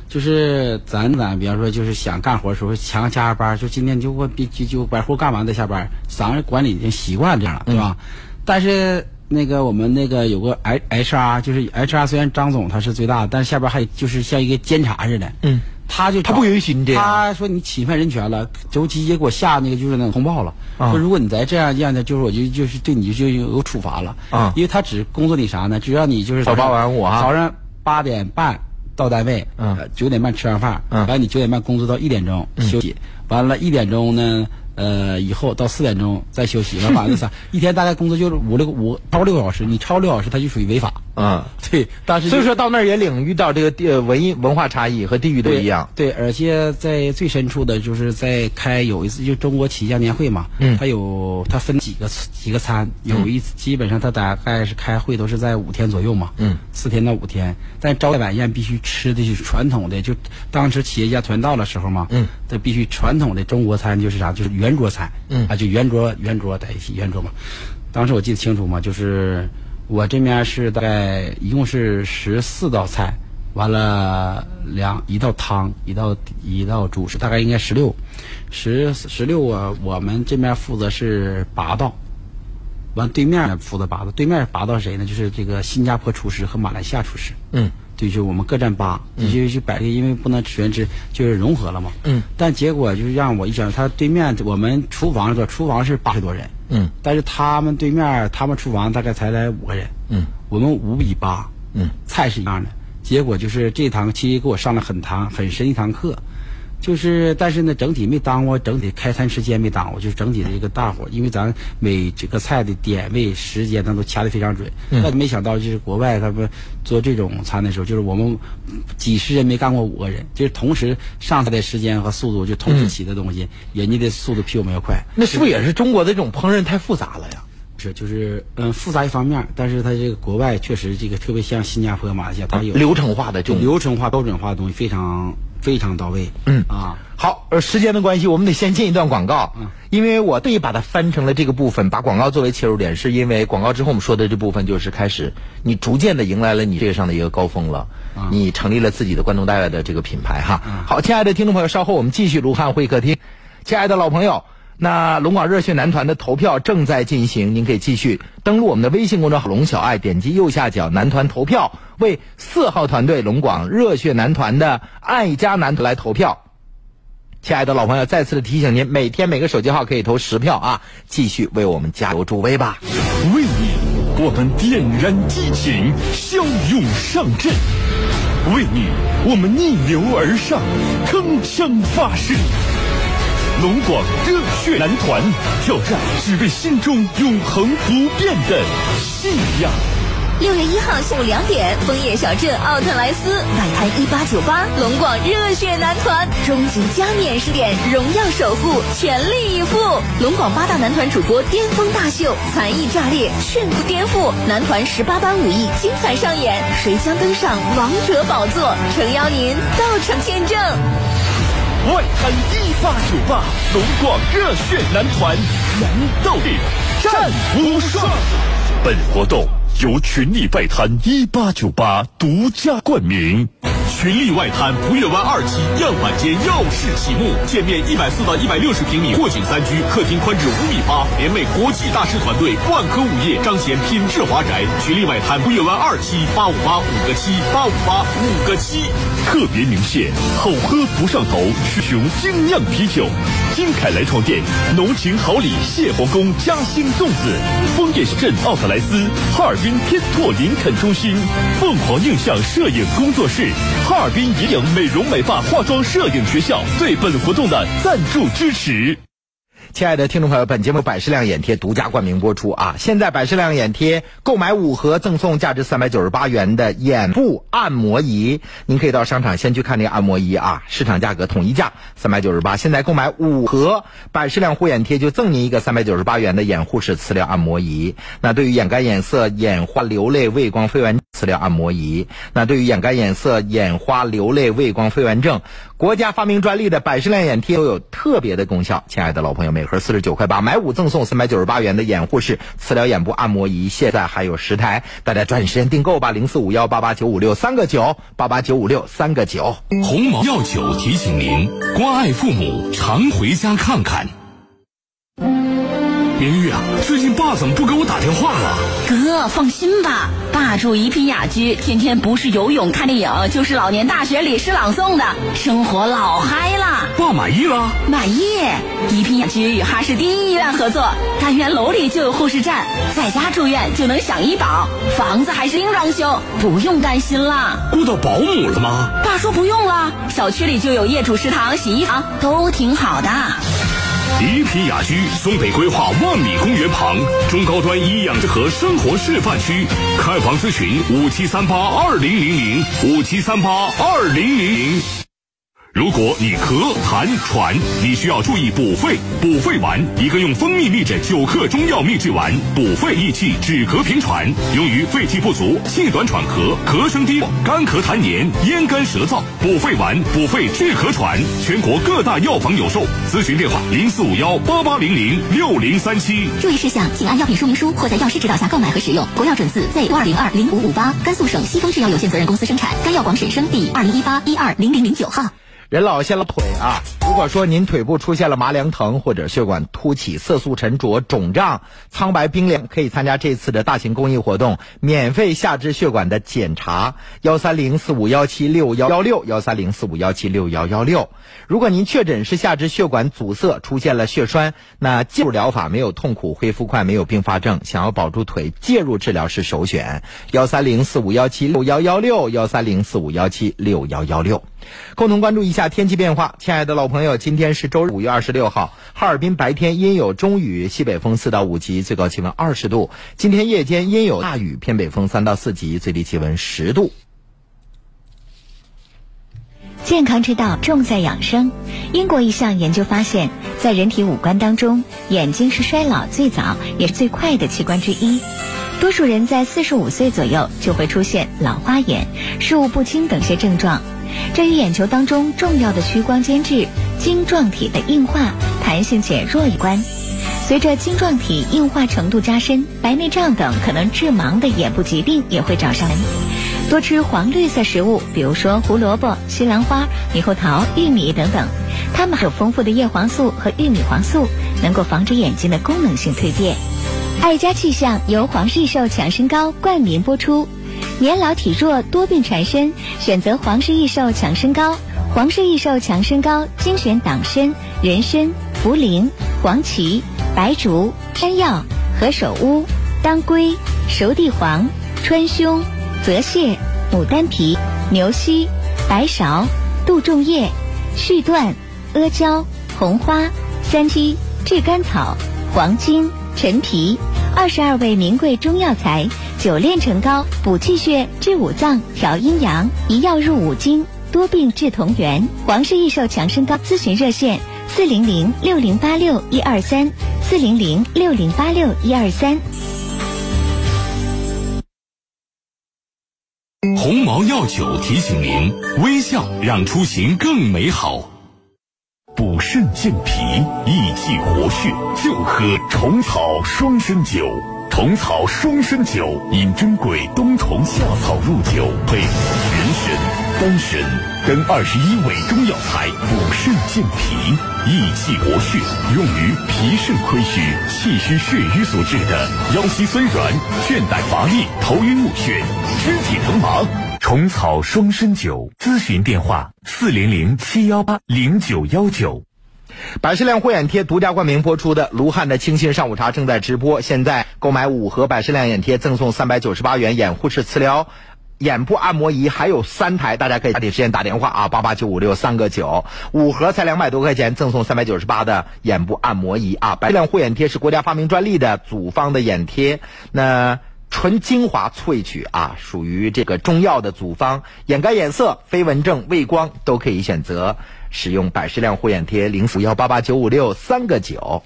Speaker 3: 就是咱咱比方说，就是想干活的时候，想加班儿，就今天就我必就就把活干完再下班儿，咱们管理已经习惯这样了，对吧？
Speaker 1: 嗯
Speaker 3: 但是那个我们那个有个 H H R，就是 H R 虽然张总他是最大的，但是下边还就是像一个监察似的，嗯，他就
Speaker 1: 他
Speaker 3: 找
Speaker 1: 不允许你这样
Speaker 3: 他说你侵犯人权了，就直接给我下那个就是那种通报了。
Speaker 1: 啊
Speaker 3: 说如果你再这样这样的，就是我就就是对你就有处罚了。
Speaker 1: 啊
Speaker 3: 因为他只工作你啥呢？只让你就是
Speaker 1: 早八
Speaker 3: 上
Speaker 1: 晚五啊
Speaker 3: 早上八点半到单位，
Speaker 1: 嗯
Speaker 3: 呃，九点半吃完饭，
Speaker 1: 嗯
Speaker 3: 完了你九点半工作到一点钟休息，完了一点钟呢。呃，以后到四点钟再休息，完 晚了啥？一天大概工作就是五六个五超六个小时，你超六小时，他就属于违法。
Speaker 1: 嗯，
Speaker 3: 对，当时就
Speaker 1: 所以说到那儿也领遇到这个地呃文艺文化差异和地域的不
Speaker 3: 对
Speaker 1: 一样。
Speaker 3: 对，而且在最深处的就是在开有一次就中国企业家年会嘛，
Speaker 1: 嗯
Speaker 3: 它有它分几个几个餐，有一次、基本上它大概是开会都是在五天左右嘛，
Speaker 1: 嗯，
Speaker 3: 四天到五天，但招待晚宴必须吃的是传统的，就当时企业家团到的时候嘛，
Speaker 1: 嗯，
Speaker 3: 它必须传统的中国餐就是啥，就是圆桌餐，
Speaker 1: 嗯
Speaker 3: 啊，就圆桌圆桌在一起圆桌嘛，当时我记得清楚嘛，就是我这面是大概一共是十四道菜，完了两一道汤，一道一道主食，大概应该十六，十十六啊，我们这面负责是八道，完对面呢负责拔的，对面拔到谁呢？就是这个新加坡厨师和马来西亚厨师。嗯，对，就是我们各占八，就是就摆这个，因为不能全吃，就是融合了嘛。嗯，但结果就是让我一想，他对面我们厨房是多少厨房是八十多人。
Speaker 1: 嗯，
Speaker 3: 但是他们对面他们厨房大概才来五个人。嗯，我们五比八。
Speaker 1: 嗯，
Speaker 3: 菜是一样的，结果就是这堂其实给我上了很堂很深一堂课。就是，但是呢，整体没耽误，整体开餐时间没耽误，就是整体的一个大伙儿，因为咱每这个菜的点位、时间，它都掐得非常准。但没想到，就是国外他们做这种餐的时候，就是我们几十人没干过五个人，就是同时上菜的时间和速度，就同时起的东西，人家的速度比我们要快。
Speaker 1: 那是不是也是中国的这种烹饪太复杂了呀？
Speaker 3: 是，就是嗯，复杂一方面，但是它这个国外确实这个特别像新加坡、马来西亚，它有
Speaker 1: 哎流程化的这
Speaker 3: 就
Speaker 1: 种
Speaker 3: 流程化、标准化的东西非常非常到位。嗯啊，
Speaker 1: 好，呃，时间的关系，我们得先进一段广告。因为我特意把它翻成了这个部分，把广告作为切入点，是因为广告之后我们说的这部分就是开始，你逐渐的迎来了你这个上的一个高峰了，你成立了自己的关东大院的这个品牌哈。好，亲爱的听众朋友，稍后我们继续卢汉会客厅，亲爱的老朋友。那龙广热血男团的投票正在进行，您可以继续登录我们的微信公众号“龙小爱”，点击右下角“男团投票”，为四号团队龙广热血男团的爱家男团来投票。亲爱的老朋友，再次的提醒您，每天每个手机号可以投十票啊，继续为我们加油助威吧。
Speaker 2: 为你，我们点燃激情，骁勇上阵；为你，我们逆流而上，铿锵发誓。龙广热血男团，挑战只为心中永恒不变的信仰。
Speaker 4: 六月一号下午两点，枫叶小镇奥特莱斯摆摊一八九八，龙广热血男团终极加冕式典，荣耀守护，全力以赴。龙广八大男团主播巅峰大秀，才艺炸裂，炫酷颠覆，男团十八般武艺精彩上演，谁将登上王者宝座？诚邀您到场见证。
Speaker 2: 外滩一八九八，龙广热血男团，燃斗力，战无双。本活动由群力外滩一八九八独家冠名。群力外滩普月湾二期样板间耀世启幕，建面一百四到一百六十平米，阔景三居，客厅宽至五米八，联袂国际大师团队万科物业彰显品质华宅。群力外滩普月湾二期八五八五个七八五八五个七，特别鸣谢好喝不上头熊精酿啤酒，金凯莱床垫，浓情好礼蟹黄宫嘉兴粽子，枫叶小镇奥特莱斯，哈尔滨天拓林肯中心，凤凰映像摄影工作室，哈尔滨银影美容美发化妆摄影学校对本活动的赞助支持。
Speaker 1: 亲爱的听众朋友，本节目百事亮眼贴独家冠名播出啊！现在百事亮眼贴购买五盒赠送价值三百九十八元的眼部按摩仪，您可以到商场先去看这个按摩仪啊，市场价格统一价三百九十八，现在购买五盒百事亮护眼贴就赠您一个三百九十八元的眼护式磁疗按摩仪。那对于眼干眼涩、眼花流泪、畏光飞蚊磁疗按摩仪，那对于眼干眼涩、眼花流泪、畏光飞蚊症，国家发明专利的百视亮眼贴都有特别的功效。亲爱的老朋友，每盒四十九块八，买五赠送三百九十八元的眼护式磁疗眼部按摩仪，现在还有十台，大家抓紧时间订购吧，零四五幺八八九五六三个九，八八九五六三个九。
Speaker 2: 鸿茅药酒提醒您：关爱父母，常回家看看。明玉啊，最近爸怎么不给我打电话了？
Speaker 4: 哥，放心吧，爸住宜宾雅居，天天不是游泳看电影，就是老年大学里诗朗诵的，生活老嗨了。
Speaker 2: 爸满意了？
Speaker 4: 满意。宜宾雅居与哈市第一医院合作，单元楼里就有护士站，在家住院就能享医保，房子还是零装修，不用担心啦。
Speaker 2: 雇到保姆了吗？
Speaker 4: 爸说不用了，小区里就有业主食堂、洗衣房，都挺好的。
Speaker 2: 礼品雅居，松北规划万米公园旁，中高端医养之和生活示范区。看房咨询五七三八二零零零五七三八二零零零。如果你咳痰喘，你需要注意补肺。补肺丸，一个用蜂蜜秘制九克中药秘制丸，补肺益气，止咳平喘，用于肺气不足、气短喘咳、咳声低、干咳痰黏、咽干舌燥。补肺丸，补肺治咳喘，全国各大药房有售。咨询电话：零四五幺八八零零六零三七。
Speaker 7: 注意事项，请按药品说明书或在药师指导下购买和使用。国药准字 Z 五二零二零五五八，甘肃省西峰制药有限责任公司生产。该药广审生第二零一八一二零零零九号。
Speaker 1: 人老先了腿啊，如果说您腿部出现了麻凉疼或者血管凸起、色素沉着、肿胀、苍白冰凉，可以参加这次的大型公益活动，免费下肢血管的检查，幺三零四五幺七六幺幺六，幺三零四五幺七六幺幺六。如果您确诊是下肢血管阻塞，出现了血栓，那介入疗法没有痛苦，恢复快，没有并发症，想要保住腿，介入治疗是首选，幺三零四五幺七六幺幺六，幺三零四五幺七六幺幺六。共同关注一下天气变化，亲爱的老朋友，今天是周日，五月二十六号，哈尔滨白天阴有中雨，西北风四到五级，最高气温二十度；今天夜间阴有大雨，偏北风三到四级，最低气温十度。
Speaker 4: 健康之道重在养生。英国一项研究发现，在人体五官当中，眼睛是衰老最早也是最快的器官之一。多数人在四十五岁左右就会出现老花眼、视物不清等些症状，这与眼球当中重要的屈光监质晶状体的硬化、弹性减弱有关。随着晶状体硬化程度加深，白内障等可能致盲的眼部疾病也会找上门。多吃黄绿色食物，比如说胡萝卜、西兰花、猕猴桃、玉米等等，它们含有丰富的叶黄素和玉米黄素，能够防止眼睛的功能性蜕变。爱家气象由皇氏寿强身膏冠名播出，年老体弱、多病缠身，选择皇氏益寿强身膏。皇氏益寿强身膏精选党参、人参、茯苓、黄芪、白术、山药、何首乌、当归、熟地黄、川芎、泽泻、牡丹皮、牛膝、白芍、杜仲叶、续断、阿胶、红花、三七、炙甘草、黄精、陈皮，二十二味名贵中药材，九炼成膏，补气血、治五脏、调阴阳，一药入五经，多病治同源。皇氏益寿强身膏咨询热线：四零零六零八六一二三，四零零六零八六一二三。
Speaker 2: 鸿茅药酒提醒您：微笑让出行更美好。补肾健脾、益气活血，就喝虫草双参酒。虫草双参酒饮珍贵冬虫夏草入酒，配人参、丹参等二十一味中药材，补肾健脾、益气活血，用于脾肾亏虚、气虚血瘀所致的腰膝酸软、倦怠乏力、头晕目眩、肢体疼麻。虫草双参酒，咨询电话：四零零七幺八零九幺九。
Speaker 1: 百事亮护眼贴独家冠名播出的卢汉的清新上午茶正在直播，现在购买五盒百事亮眼贴赠送三百九十八元眼护式磁疗。眼部按摩仪还有三台，大家可以抓紧时间打电话啊，八八九五六三个九，五盒才两百多块钱，赠送三百九十八的眼部按摩仪啊。百事亮护眼贴是国家发明专利的组方的眼贴，那。纯精华萃取啊，属于这个中药的组方，掩盖眼色、飞蚊症、畏光都可以选择使用百事亮护眼贴零四幺八八九五六三个九。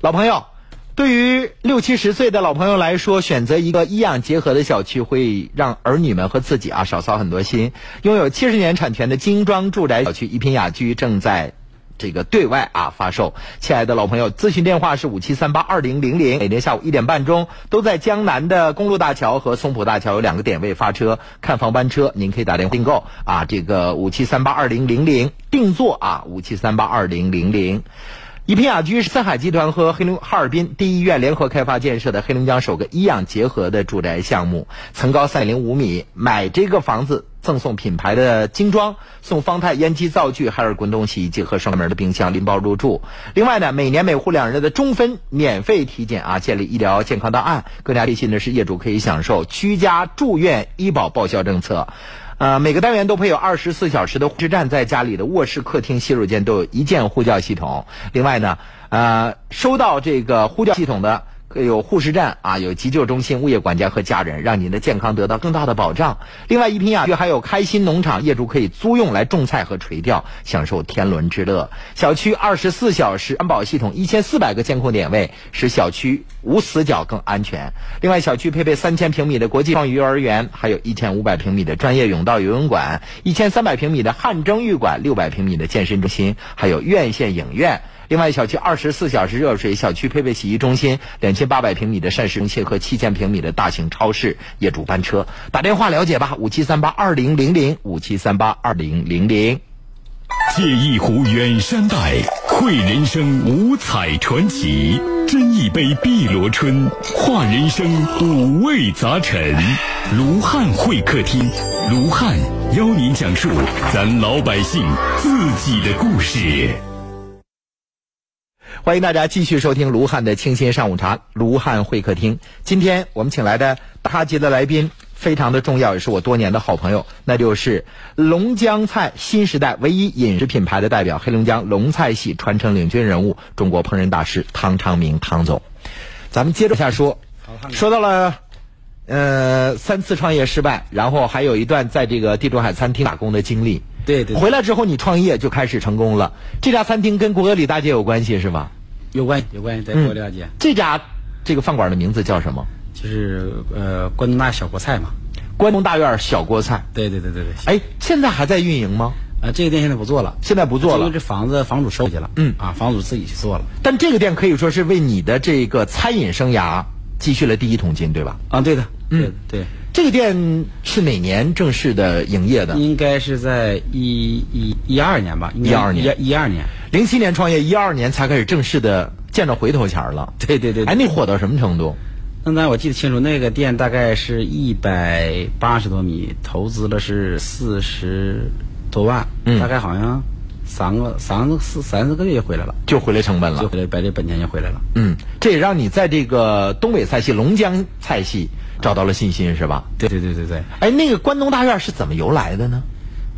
Speaker 1: 老朋友，对于六七十岁的老朋友来说，选择一个医养结合的小区，会让儿女们和自己啊少操很多心。拥有七十年产权的精装住宅小区一品雅居正在。这个对外啊发售，亲爱的老朋友，咨询电话是五七三八二零零零，每天下午一点半钟都在江南的公路大桥和松浦大桥有两个点位发车，看房班车，您可以打电话订购啊，这个五七三八二零零零定做啊，五七三八二零零零。一品雅居是森海集团和黑龙哈尔滨第一医院联合开发建设的黑龙江首个医养结合的住宅项目，层高三零五米。买这个房子赠送品牌的精装，送方太烟机灶具、海尔滚动洗衣机和双门的冰箱，拎包入住。另外呢，每年每户两人的中分免费体检啊，建立医疗健康档案。更加贴心的是，业主可以享受居家住院医保报销政策。呃，每个单元都配有二十四小时的护士站，在家里的卧室、客厅、洗手间都有一键呼叫系统。另外呢，呃，收到这个呼叫系统的有护士站啊，有急救中心、物业管家和家人，让您的健康得到更大的保障。另外，一品雅居还有开心农场，业主可以租用来种菜和垂钓，享受天伦之乐。小区二十四小时安保系统，一千四百个监控点位，使小区无死角更安全。另外，小区配备三千平米的国际创幼儿园，还有一千五百平米的专业泳道游泳馆，一千三百平米的汗蒸浴馆，六百平米的健身中心，还有院线影院。另外，小区二十四小时热水，小区配备洗浴中心，两千八百平米的膳食中心和七千平米的大型超市，业主班车。打电话了解吧，五七三八二零零零，五七三八二零零零。
Speaker 2: 借一壶远山黛，绘人生五彩传奇；斟一杯碧螺春，化人生五味杂陈。卢汉会客厅，卢汉邀您讲述咱老百姓自己的故事。
Speaker 1: 欢迎大家继续收听卢汉的清新上午茶，卢汉会客厅。今天我们请来的大级的来宾非常的重要，也是我多年的好朋友，那就是龙江菜新时代唯一饮食品牌的代表，黑龙江龙菜系传承领军人物，中国烹饪大师汤昌明汤总。咱们接着往下说，说到了。呃，三次创业失败，然后还有一段在这个地中海餐厅打工的经历。
Speaker 3: 对对对
Speaker 1: 回来之后你创业就开始成功了。这家餐厅跟国格里大街有关系是吧？
Speaker 3: 有关系有关系，
Speaker 1: 嗯
Speaker 3: 在国料街、
Speaker 1: 这家这个饭馆的名字叫什么？
Speaker 3: 就是呃关东大小国菜嘛。
Speaker 1: 关东大院小锅菜。
Speaker 3: 对对对对对。
Speaker 1: 哎，现在还在运营吗？
Speaker 3: 啊，这个店现在不做了，
Speaker 1: 现在不做了
Speaker 3: 因为这房子房主收回去了。
Speaker 1: 嗯
Speaker 3: 啊，房主自己去做了。
Speaker 1: 但这个店可以说是为你的这个餐饮生涯积蓄了第一桶金，对吧？
Speaker 3: 啊，对的，对
Speaker 1: 嗯
Speaker 3: 的对，
Speaker 1: 这个店是哪年正式的营业的？
Speaker 3: 应该是在一一一二年吧，应该
Speaker 1: 12年
Speaker 3: 一一二年。
Speaker 1: 零七年创业，一二年才开始正式的见着回头钱儿了。
Speaker 3: 对对对对
Speaker 1: 哎，那火到什么程度？
Speaker 3: 那那我记得清楚，那个店大概是一百八十多米，投资了是四十多万，
Speaker 1: 嗯
Speaker 3: 大概好像三个三个四三四个月就回来了，
Speaker 1: 就回来成本
Speaker 3: 就
Speaker 1: 了。
Speaker 3: 回来把这本钱就回来了。
Speaker 1: 嗯，这也让你在这个东北菜系、龙江菜系找到了信心，是吧？
Speaker 3: 对对对对对，
Speaker 1: 哎，那个关东大院是怎么由来的呢？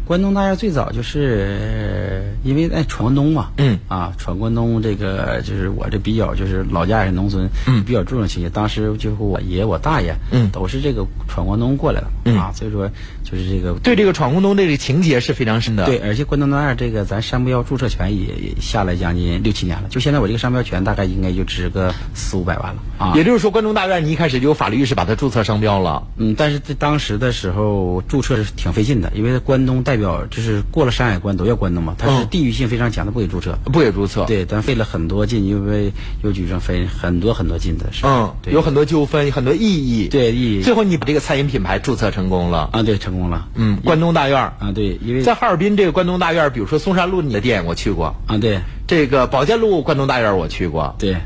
Speaker 3: 关东大院最早就是呃因为在闯关东嘛，
Speaker 1: 嗯
Speaker 3: 啊，闯关东这个就是我这比较就是老家也是农村，
Speaker 1: 嗯
Speaker 3: 比较注重这些。当时就是我爷我大爷，
Speaker 1: 嗯
Speaker 3: 都是这个闯关东过来的，
Speaker 1: 嗯
Speaker 3: 啊，所以说就是这个
Speaker 1: 对这个闯关东这个情节是非常深的。
Speaker 3: 对，，而且关东大院这个咱商标注册权也也下来将近六七年了，就现在我这个商标权大概应该就值个四五百万了啊。
Speaker 1: 也就是说，关中大院你一开始就有法律意识把它注册商标了。
Speaker 3: 嗯，但是在当时的时候注册是挺费劲的，因为关东代表就是过了山海关都要关东嘛，它是
Speaker 1: 嗯
Speaker 3: 地域性非常强的，不给注册。
Speaker 1: 不也注册？，
Speaker 3: 对，咱费了很多劲，因为邮局上费很多很多劲的事。
Speaker 1: 嗯，
Speaker 3: 对
Speaker 1: 有很多纠纷，很多异议。
Speaker 3: 对异议
Speaker 1: 最后你把这个餐饮品牌注册成功了。
Speaker 3: 啊，对，成功了。
Speaker 1: 嗯，关东大院，
Speaker 3: 啊，对，因为
Speaker 1: 在哈尔滨这个关东大院，比如说松山路你的店我去过，
Speaker 3: 啊，对
Speaker 1: 这个保健路关东大院我去过，
Speaker 3: 对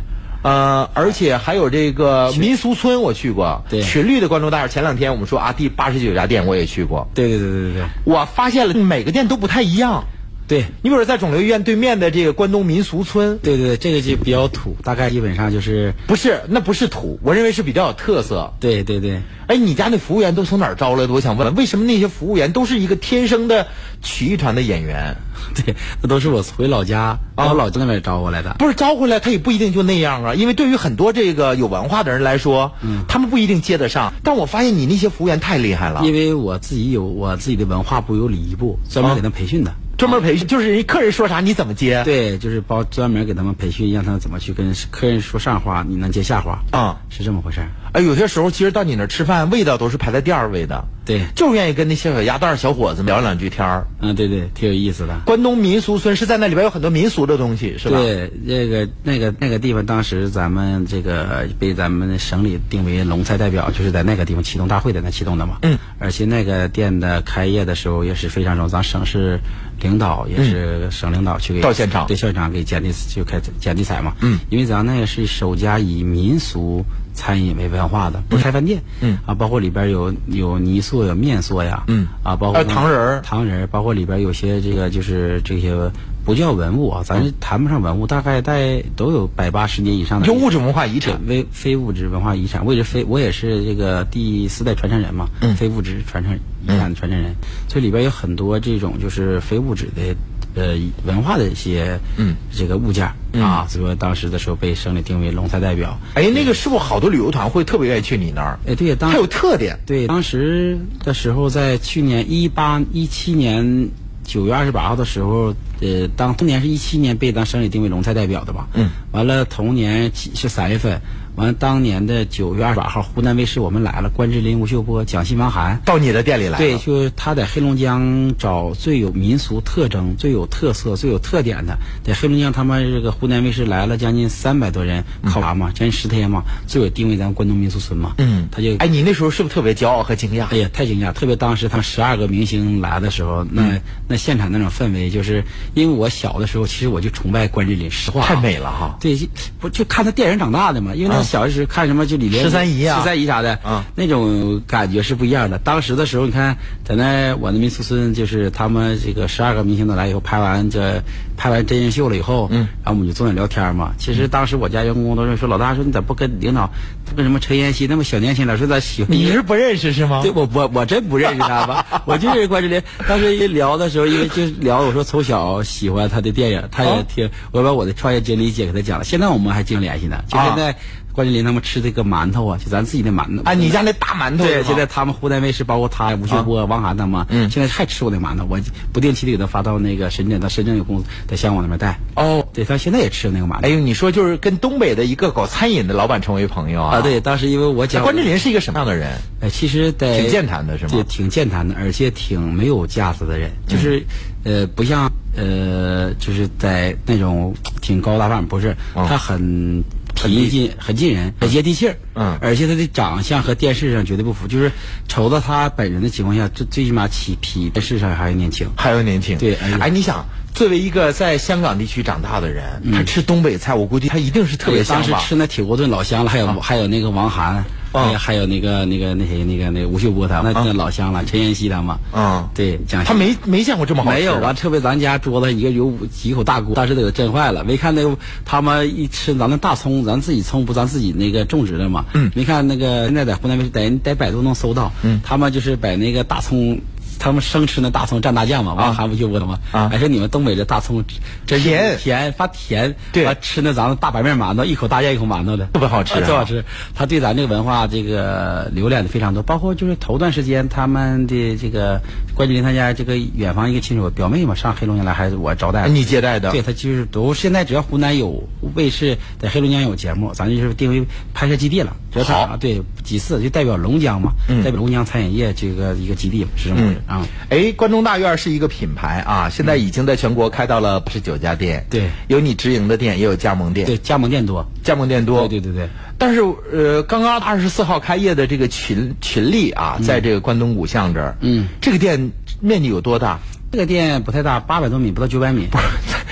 Speaker 1: 呃，而且还有这个民俗村我去过，
Speaker 3: 对
Speaker 1: 群力的关东大院，前两天我们说啊，第八十九家店我也去过，
Speaker 3: 对对对对对
Speaker 1: 我发现了每个店都不太一样。
Speaker 3: 对对
Speaker 1: 你比如说在肿瘤医院对面的这个关东民俗村，
Speaker 3: 对对，这个就比较土，大概基本上就是
Speaker 1: 不是，那不是土，我认为是比较有特色。
Speaker 3: 对对对。
Speaker 1: 哎，你家那服务员都从哪儿招来的？我想问，为什么那些服务员都是一个天生的曲艺团的演员？
Speaker 3: 对，那都是我回老家，然后老家那边招过来的。
Speaker 1: 不是招回来，他也不一定就那样啊。因为对于很多这个有文化的人来说，
Speaker 3: 嗯
Speaker 1: 他们不一定接得上。但我发现你那些服务员太厉害了，
Speaker 3: 因为我自己有我自己的文化部有礼仪部，专门给他们培训的。
Speaker 1: 专门培训，就是人家客人说啥你怎么接。
Speaker 3: 对，就是包专门给他们培训，让他们怎么去跟客人说上话，你能接下话
Speaker 1: 啊
Speaker 3: 是这么回事儿。
Speaker 1: 哎，有些时候其实到你那儿吃饭，味道都是排在第二位的。
Speaker 3: 对
Speaker 1: 就是愿意跟那些小鸭蛋儿小伙子们聊两句天儿。
Speaker 3: 嗯，对对，挺有意思的。
Speaker 1: 关东民俗村是在那里边有很多民俗的东西，是吧？
Speaker 3: 对，那个那个那个地方，当时咱们这个被咱们省里定为龙菜代表，就是在那个地方启动大会在那启动的嘛。
Speaker 1: 嗯。
Speaker 3: 而且那个店的开业的时候也是非常重，咱省市领导也是省领导去给
Speaker 1: 嗯到现场
Speaker 3: 对校长给简历就开简历采嘛。嗯。因为咱那个是首家以民俗。餐饮为文化的，不是开饭店，嗯啊，包括里边有有泥塑、有面塑呀，
Speaker 1: 嗯
Speaker 3: 啊，包
Speaker 1: 还
Speaker 3: 括
Speaker 1: 有糖人儿
Speaker 3: 唐人，包括里边有些这个就是这些不叫文物啊，咱谈不上文物，大概在都有百八十年以上的
Speaker 1: 就物质文化遗产。
Speaker 3: 非非物质文化遗产。我也是非我也是这个第四代传承人嘛，
Speaker 1: 嗯
Speaker 3: 非物质传承遗产传承人，所以里边有很多这种就是非物质的。呃，文化的一些
Speaker 1: 嗯
Speaker 3: 这个物件儿、啊，所以说当时的时候被省里定为龙才代表。
Speaker 1: 哎，那个是不是好多旅游团会特别愿意去你那儿？
Speaker 3: 哎，对，当
Speaker 1: 它有特点。
Speaker 3: 对，当时的时候，在去年一八一七年九月二十八号的时候，呃，当同年是一七年被当省里定为龙菜代表的吧？嗯。完了，同年几是三月份，完了当年的九月二十八号，湖南卫视我们来了，关之琳、吴秀波、蒋欣、王涵。
Speaker 1: 到你的店里来了。
Speaker 3: 对，就是他在黑龙江找最有民俗特征、最有特色、最有特点的。在黑龙江，他们这个湖南卫视来了将近三百多人考察嘛，将近十天嘛，最有定位咱关东民俗村嘛。
Speaker 1: 嗯
Speaker 3: 他就
Speaker 1: 哎，你那时候是不是特别骄傲和惊讶？
Speaker 3: 哎呀，太惊讶！特别当时他们十二个明星来的时候，那、
Speaker 1: 嗯
Speaker 3: 那现场那种氛围，就是因为我小的时候，其实我就崇拜关之琳，实话、啊
Speaker 1: 太美了哈
Speaker 3: 对，就不就看他电影长大的嘛，因为那小的时候看什么就李连
Speaker 1: 十三姨啊
Speaker 3: 十三姨啥的，
Speaker 1: 嗯
Speaker 3: 那种感觉是不一样的。当时的时候，你看在那我那民俗村，就是他们这个十二个明星都来以后，拍完这拍完真人秀了以后，嗯，然后我们就坐那聊天嘛。其
Speaker 1: 嗯
Speaker 3: 实当时我家员工都是说，老大说你咋不跟领导，跟什么陈妍希那么小年轻了，说咋喜欢一
Speaker 1: 你
Speaker 3: 个
Speaker 1: 是不认识是吗？
Speaker 3: 对，我我我真不认识他吧？我就认识关之琳。当时一聊的时候，因为就是聊，我说从小喜欢他的电影，他
Speaker 1: 哦
Speaker 3: 也听，我把我的创业经历也给他讲了。现在我们还经常联系呢。就
Speaker 1: 啊
Speaker 3: 现在关之琳他们吃这个馒头啊，就咱自己的馒头
Speaker 1: 啊，你家那大馒头是
Speaker 3: 对，
Speaker 1: 吗
Speaker 3: 现在他们湖南卫视包括他吴秀波、王涵他们，啊
Speaker 1: 嗯
Speaker 3: 现在还吃我的馒头，我不定期的给他发到那个深圳，到深圳有公司在香港那边带。
Speaker 1: 哦，
Speaker 3: 对他现在也吃那个馒头。
Speaker 1: 哎呦，你说就是跟东北的一个搞餐饮的老板成为朋友啊？
Speaker 3: 啊，对，当时因为
Speaker 1: 那
Speaker 3: 我讲
Speaker 1: 关之琳是一个什么样的人？
Speaker 3: 呃，其实在
Speaker 1: 挺健谈的是吗嗯
Speaker 3: 对，挺健谈的，而且挺没有架子的人，就是、呃，不像呃，就是在那种挺高大上，不是，
Speaker 1: 嗯
Speaker 3: 他很平易近，很近人，很接地气儿。
Speaker 1: 嗯
Speaker 3: 而且他的长相和电视上绝对不符，就是瞅到他本人的情况下，最最起码起比电视上还要年轻。
Speaker 1: 还有年轻。
Speaker 3: 对哎呦
Speaker 1: 哎，你想，作为一个在香港地区长大的人，他吃东北菜，我估计他一定是特别
Speaker 3: 嗯当
Speaker 1: 香
Speaker 3: 时
Speaker 1: 吧？哦
Speaker 3: 吃那铁锅炖老香了，还有、还有那个王涵，还有还有那个那个那谁那个那个吴秀波他们，那那老香了，陈妍希他们，
Speaker 1: 嗯
Speaker 3: 对，蒋
Speaker 1: 哦他
Speaker 3: 欣
Speaker 1: 没没见过这么好吃
Speaker 3: 哎没
Speaker 1: 的
Speaker 3: 有完，特别咱家桌子一个有五几口大锅，当时都给震坏了。没看那个他们一吃咱那大葱，咱自己葱不咱自己那个种植的嘛。嗯，没看那个现在在湖南卫视，在在百度能搜到。嗯，他们就是把那个大葱。他们生吃那大葱蘸大酱嘛，王涵不就问嘛，
Speaker 1: 啊
Speaker 3: 还说你们东北这大葱真是
Speaker 1: 甜
Speaker 3: 甜发甜，
Speaker 1: 对
Speaker 3: 完吃那咱们大白面馒头，一口大酱一口馒头的，
Speaker 1: 特别好吃啊
Speaker 3: 特好吃。他对咱这个文化这个留恋的非常多，包括就是头段时间他们的这个关之琳他家这个远房一个亲属表妹嘛，上黑龙江来还是我招待的，
Speaker 1: 哎啊你接待的
Speaker 3: 对他就是都现在只要湖南有卫视在黑龙江有节目，咱就是定为拍摄基地了。只要他啊
Speaker 1: 好
Speaker 3: 对几次就代表龙江嘛，
Speaker 1: 嗯
Speaker 3: 代表龙江餐饮业这个一个基地是这么回事啊。
Speaker 1: 哎，关中大院是一个品牌啊，现在已经在全国开到了八十九家店，
Speaker 3: 对
Speaker 1: 有你直营的店，也有加盟店，
Speaker 3: 对，加盟店多，
Speaker 1: 加盟店多，
Speaker 3: 对对对对。
Speaker 1: 但是呃，刚刚二十四号开业的这个群群力啊，在这个关东古巷这儿，
Speaker 3: 嗯，
Speaker 1: 这个店面积有多大？
Speaker 3: 这个店不太大，八百多米不到九百米。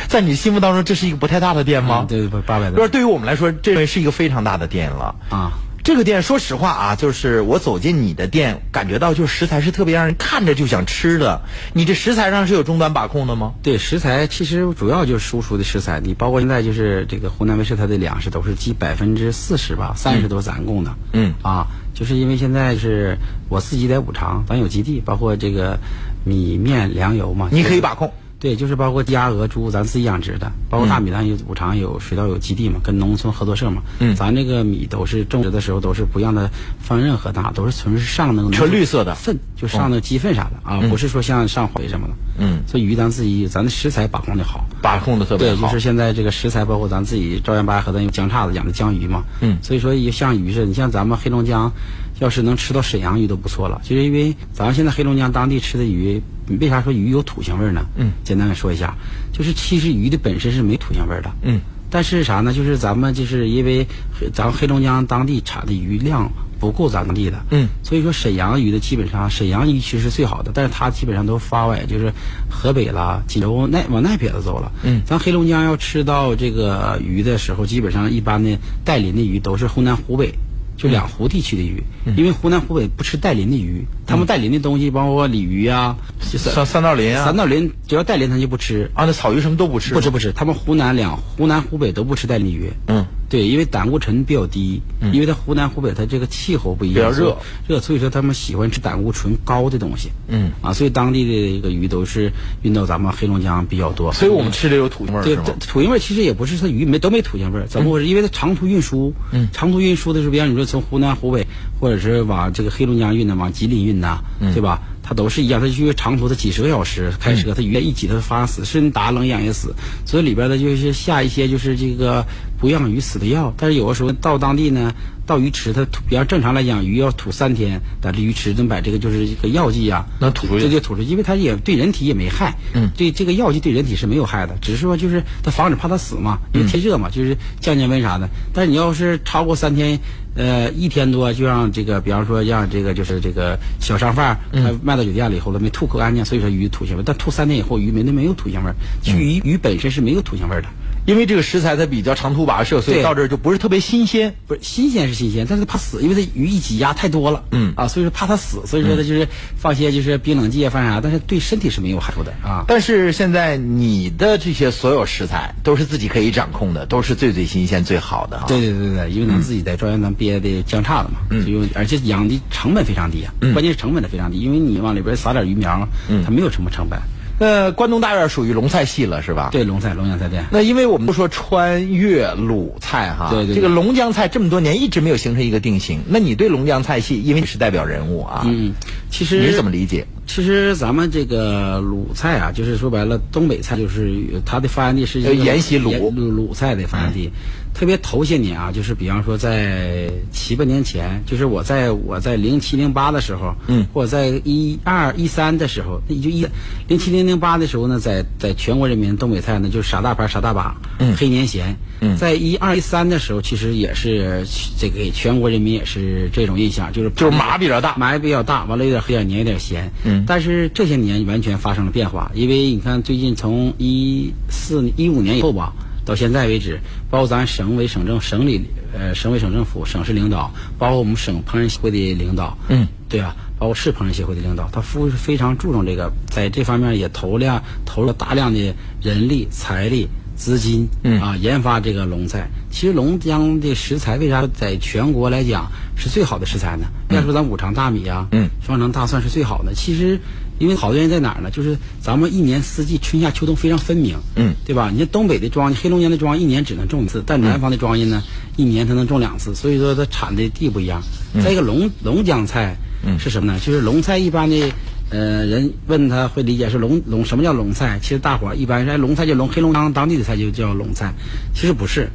Speaker 1: 在你心目当中，这是一个不太大的店吗？
Speaker 3: 嗯对，八百
Speaker 1: 不
Speaker 3: 多
Speaker 1: 是，对于我们来说，这是一个非常大的店了。
Speaker 3: 啊。
Speaker 1: 这个店，说实话啊，就是我走进你的店，感觉到就是食材是特别让人看着就想吃的。你这食材上是有终端把控的吗？
Speaker 3: 对食材，其实主要就是输出的食材。你包括现在就是这个湖南卫视，它的粮食都是基百分之四十吧，三十都是咱供的。
Speaker 1: 嗯
Speaker 3: 啊，就是因为现在是我自己在五常，咱有基地，包括这个米面粮油嘛，
Speaker 1: 你可以把控。
Speaker 3: 对，就是包括鸭、鹅、猪，咱自己养殖的，包括大米，咱有五常有水稻有基地嘛，跟农村合作社嘛。
Speaker 1: 嗯
Speaker 3: 咱这个米都是种植的时候都是不让它放任何大，都是纯上那个
Speaker 1: 纯绿色的哦
Speaker 3: 粪，就上那个鸡粪啥的啊，不是说像上肥什么的。
Speaker 1: 嗯
Speaker 3: 所以鱼咱自己咱的食材把控的好。
Speaker 1: 把控的特别
Speaker 3: 对，就
Speaker 1: 好。
Speaker 3: 是现在这个食材，包括咱自己朝阳八河咱有江叉子养的江鱼嘛，
Speaker 1: 嗯
Speaker 3: 所以说也像鱼似的，你像咱们黑龙江，要是能吃到沈阳鱼都不错了，就是因为咱们现在黑龙江当地吃的鱼，为啥说鱼有土腥味儿呢？
Speaker 1: 嗯
Speaker 3: 简单的说一下，就是其实鱼的本身是没土腥味儿的，
Speaker 1: 嗯，
Speaker 3: 但是啥呢？就是咱们就是因为黑咱们黑龙江当地产的鱼量不够咱们地的，
Speaker 1: 嗯
Speaker 3: 所以说沈阳鱼的基本上，沈阳鱼其实是最好的，但是它基本上都发往就是河北啦、锦州那往那撇子走了。
Speaker 1: 嗯
Speaker 3: 咱黑龙江要吃到这个鱼的时候，基本上一般的带鳞的鱼都是湖南、湖北。就两湖地区的鱼，
Speaker 1: 嗯
Speaker 3: 因为湖南、湖北不吃带鳞的鱼，他们带鳞的东西包括鲤鱼啊，就
Speaker 1: 三三道鳞啊
Speaker 3: 三道鳞只要带鳞他就不吃，
Speaker 1: 啊，那草鱼什么都不吃吗，
Speaker 3: 不吃不吃，他们湖南两湖南湖北都不吃带鲤鱼。
Speaker 1: 嗯，
Speaker 3: 对，因为胆固醇比较低，因为它湖南湖北它这个气候不一样，
Speaker 1: 比较热
Speaker 3: 热，所以说他们喜欢吃胆固醇高的东西。
Speaker 1: 嗯，
Speaker 3: 啊，所以当地的这个鱼都是运到咱们黑龙江比较多，
Speaker 1: 所以我们吃的有土腥味儿
Speaker 3: 对
Speaker 1: 是吗？嗯
Speaker 3: 土腥味儿其实也不是它鱼没都没土腥味儿，怎么回事？因为它长途运输，长途运输的时候，比方你说从湖南、湖北，或者是往这个黑龙江运的，往吉林运的，
Speaker 1: 嗯
Speaker 3: 对吧？它都是一样，它因为长途，它几十个小时开车，它鱼一挤它发死，甚至打冷养也死。所以里边儿的就是下一些就是这个不不养鱼死的要。但是有的时候到当地呢，到鱼池它吐，比方正常来讲鱼要吐三天，但是鱼池这把这个就是一个药剂啊，
Speaker 1: 那吐出去
Speaker 3: 这就吐出去，因为它也对人体也没害，嗯，对这个药剂对人体是没有害的，只是说就是它防止怕它死嘛，因为天热嘛，就是降降温啥的。但是你要是超过三天，呃，一天多就让这个，比方说让这个就是这个小商贩儿他卖到酒店里以后了，没吐口干净，所以说鱼吐腥味儿。但吐三天以后，鱼没那没有吐腥味儿，其实鱼鱼本身是没有吐腥味儿的。
Speaker 1: 因为这个食材它比较长途跋涉，所以
Speaker 3: 对
Speaker 1: 到这儿就不是特别新鲜。
Speaker 3: 不是新鲜是新鲜，但是怕死，因为它鱼一挤压太多了，
Speaker 1: 嗯
Speaker 3: 啊，所以说怕它死，所以说它就是放些就是冰冷剂啊，放啥，但是对身体是没有好处的啊。
Speaker 1: 但是现在你的这些所有食材都是自己可以掌控的，都是最最新鲜、最好的哈。
Speaker 3: 对对对对，因为咱自己在庄园咱憋的僵叉子嘛，嗯，就而且养的成本非常低啊，
Speaker 1: 嗯
Speaker 3: 关键是成本它非常低，因为你往里边撒点鱼苗，它没有什么成本。
Speaker 1: 那关东大院属于龙菜系了，是吧？。
Speaker 3: 对，龙菜龙江菜店，
Speaker 1: 那因为我们都说川粤鲁菜哈，
Speaker 3: 对对对
Speaker 1: 这个龙江菜这么多年一直没有形成一个定型。那你对龙江菜系，因为你是代表人物啊，
Speaker 3: 嗯，其实
Speaker 1: 你是怎么理解？
Speaker 3: 其实咱们这个鲁菜啊，就是说白了，东北菜就是它的发源地是一个
Speaker 1: 呃沿袭鲁嗯
Speaker 3: 鲁鲁菜的发源地。特别头些年啊，就是比方说在七八年前，就是我在我在零七零八的时候，嗯，或者在一二一三的时候，那也就一零七零零八的时候呢，在在全国人民东北菜呢就是啥大盘啥大把，嗯，黑年咸，嗯，在一二一三的时候，其实也是这个给全国人民也是这种印象，就是
Speaker 1: 就是麻比较大
Speaker 3: 霾比较大，完了有点黑点黏，有点咸。嗯，但是这些年完全发生了变化，因为你看最近从一四一五年以后吧，到现在为止，包括咱省委、省政、省里呃省委、省政府、省市领导，包括我们省烹饪协会的领导，嗯，对吧？包括市烹饪协会的领导，他夫非常注重这个，在这方面也投量投入了大量的人力、财力。资金，嗯啊，研发这个龙菜。其实龙江的食材为啥在全国来讲是最好的食材呢？为啥说咱五常大米啊，
Speaker 1: 嗯，
Speaker 3: 双常大蒜是最好的？其实，因为好的原因在哪儿呢？就是咱们一年四季春夏秋冬非常分明，
Speaker 1: 嗯，
Speaker 3: 对吧？你像东北的庄稼，黑龙江的庄稼一年只能种一次，但南方的庄稼呢，
Speaker 1: 嗯
Speaker 3: 一年它能种两次，所以说它产的地不一样。再一个龙龙江菜
Speaker 1: 嗯
Speaker 3: 是什么呢？就是龙菜一般的。呃，人问他会理解是龙龙什么叫龙菜？其实大伙儿一般说哎龙菜就龙黑龙江当地的菜就叫龙菜，其实不是。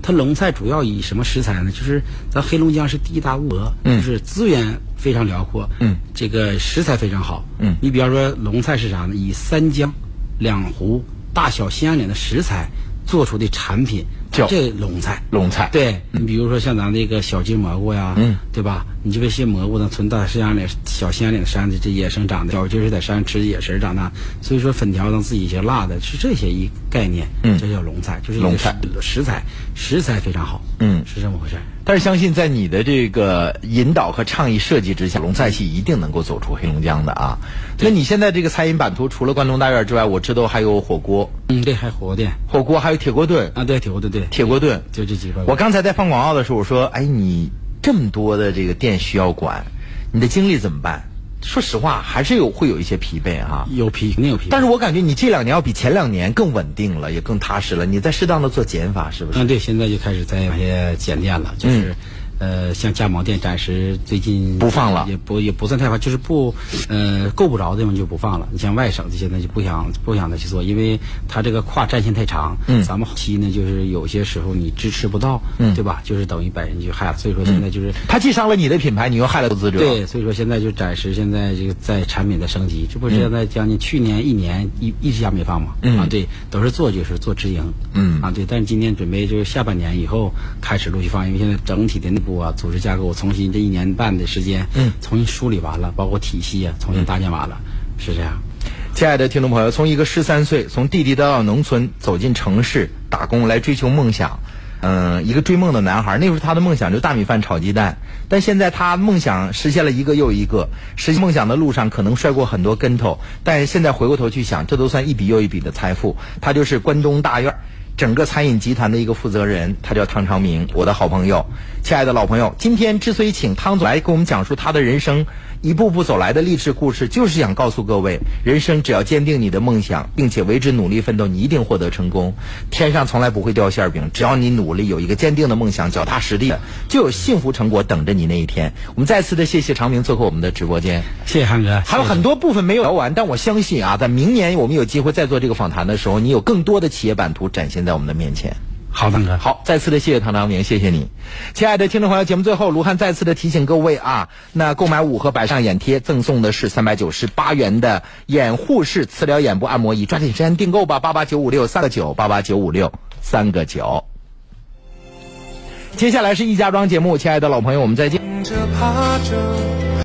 Speaker 3: 它龙菜主要以什么食材呢？就是咱黑龙江是地大物博，
Speaker 1: 嗯
Speaker 3: 就是资源非常辽阔，嗯，这个食材非常好，嗯，你比方说龙菜是啥呢？以三江、两湖、大小兴安岭的食材做出的产品，
Speaker 1: 叫
Speaker 3: 这龙菜。
Speaker 1: 龙菜，
Speaker 3: 对你比如说像咱这个小金蘑菇呀，嗯，对吧？你这些蘑菇呢，从大兴安岭、小兴安岭山的这野生长的，小就是在山上吃野食长大，所以说粉条呢自己一些辣的，是这些一概念，嗯，这叫龙菜，就是一个
Speaker 1: 龙菜
Speaker 3: 食材，食材非常好，
Speaker 1: 嗯
Speaker 3: 是这么回事儿。
Speaker 1: 但是相信在你的这个引导和倡议设计之下，龙菜系一定能够走出黑龙江的啊。那你现在这个餐饮版图，除了关东大院之外，我知道还有火锅，
Speaker 3: 嗯，对，还有火锅店
Speaker 1: 火锅还有铁锅炖，
Speaker 3: 啊，对，铁锅店，对，
Speaker 1: 铁锅炖。
Speaker 3: 就这几个。
Speaker 1: 我刚才在放广告的时候，我说，哎，你这么多的这个店需要管，你的精力怎么办？说实话，还是有会有一些疲惫啊。
Speaker 3: 有皮，肯定有皮。
Speaker 1: 但是我感觉你这两年要比前两年更稳定了，也更踏实了。你在适当的做减法，是不是？
Speaker 3: 嗯，对，现在就开始在往下减店了，就是、呃，像加盟店暂时最近
Speaker 1: 不放了
Speaker 3: 也不也不算太放，就是不呃够不着的地方就不放了。你像外省的现在就不想不想再去做，因为它这个跨战线太长，嗯，咱们后期呢就是有些时候你支持不到，嗯，对吧？就是等于把人就害了，所以
Speaker 1: 嗯
Speaker 3: 说现在就是。
Speaker 1: 他既伤了你的品牌，你又害了投资者。
Speaker 3: 对，所以说现在就暂时现在这个在产品的升级，这不是现在将近去年一年一一直家没放嘛？啊，对，都是做就是做直营，嗯，啊对，但是今年准备就是下半年以后开始陆续放，因为现在整体的内部啊组织架构重新这一年半的时间，嗯，重新梳理完了，包括体系啊重新搭建完了，是这样。
Speaker 1: 亲爱的听众朋友，从一个十三岁从地地道道农村走进城市打工来追求梦想，嗯、一个追梦的男孩，那时候他的梦想就是大米饭炒鸡蛋，但现在他梦想实现了一个又一个，实现梦想的路上可能摔过很多跟头，但是现在回过头去想，这都算一笔又一笔的财富。他就是关东大院儿整个餐饮集团的一个负责人，他叫汤长明，我的好朋友，亲爱的老朋友。今天之所以请汤总来给我们讲述他的人生一步步走来的励志故事，就是想告诉各位，人生只要坚定你的梦想，并且为之努力奋斗，你一定获得成功。天上从来不会掉馅儿饼，只要你努力，有一个坚定的梦想，脚踏实地的，就有幸福成果等着你那一天。我们再次的谢谢长明做客我们的直播间。
Speaker 3: 谢谢韩哥，
Speaker 1: 还有很多部分没有聊完，但我相信啊，在明年我们有机会再做这个访谈的时候，你有更多的企业版图展现在我们的面前。
Speaker 3: 好，蛋哥，
Speaker 1: 好，再次的谢谢唐长明，谢谢你，亲爱的听众朋友，节目最后，卢汉再次的提醒各位啊，那购买五盒百上眼贴，赠送的是三百九十八元的眼护式磁疗眼部按摩仪，抓紧时间订购吧，八八九五六三个九，八八九五六三个九。接下来是易家庄节目，亲爱的老朋友，我们再见。
Speaker 8: 着爬着。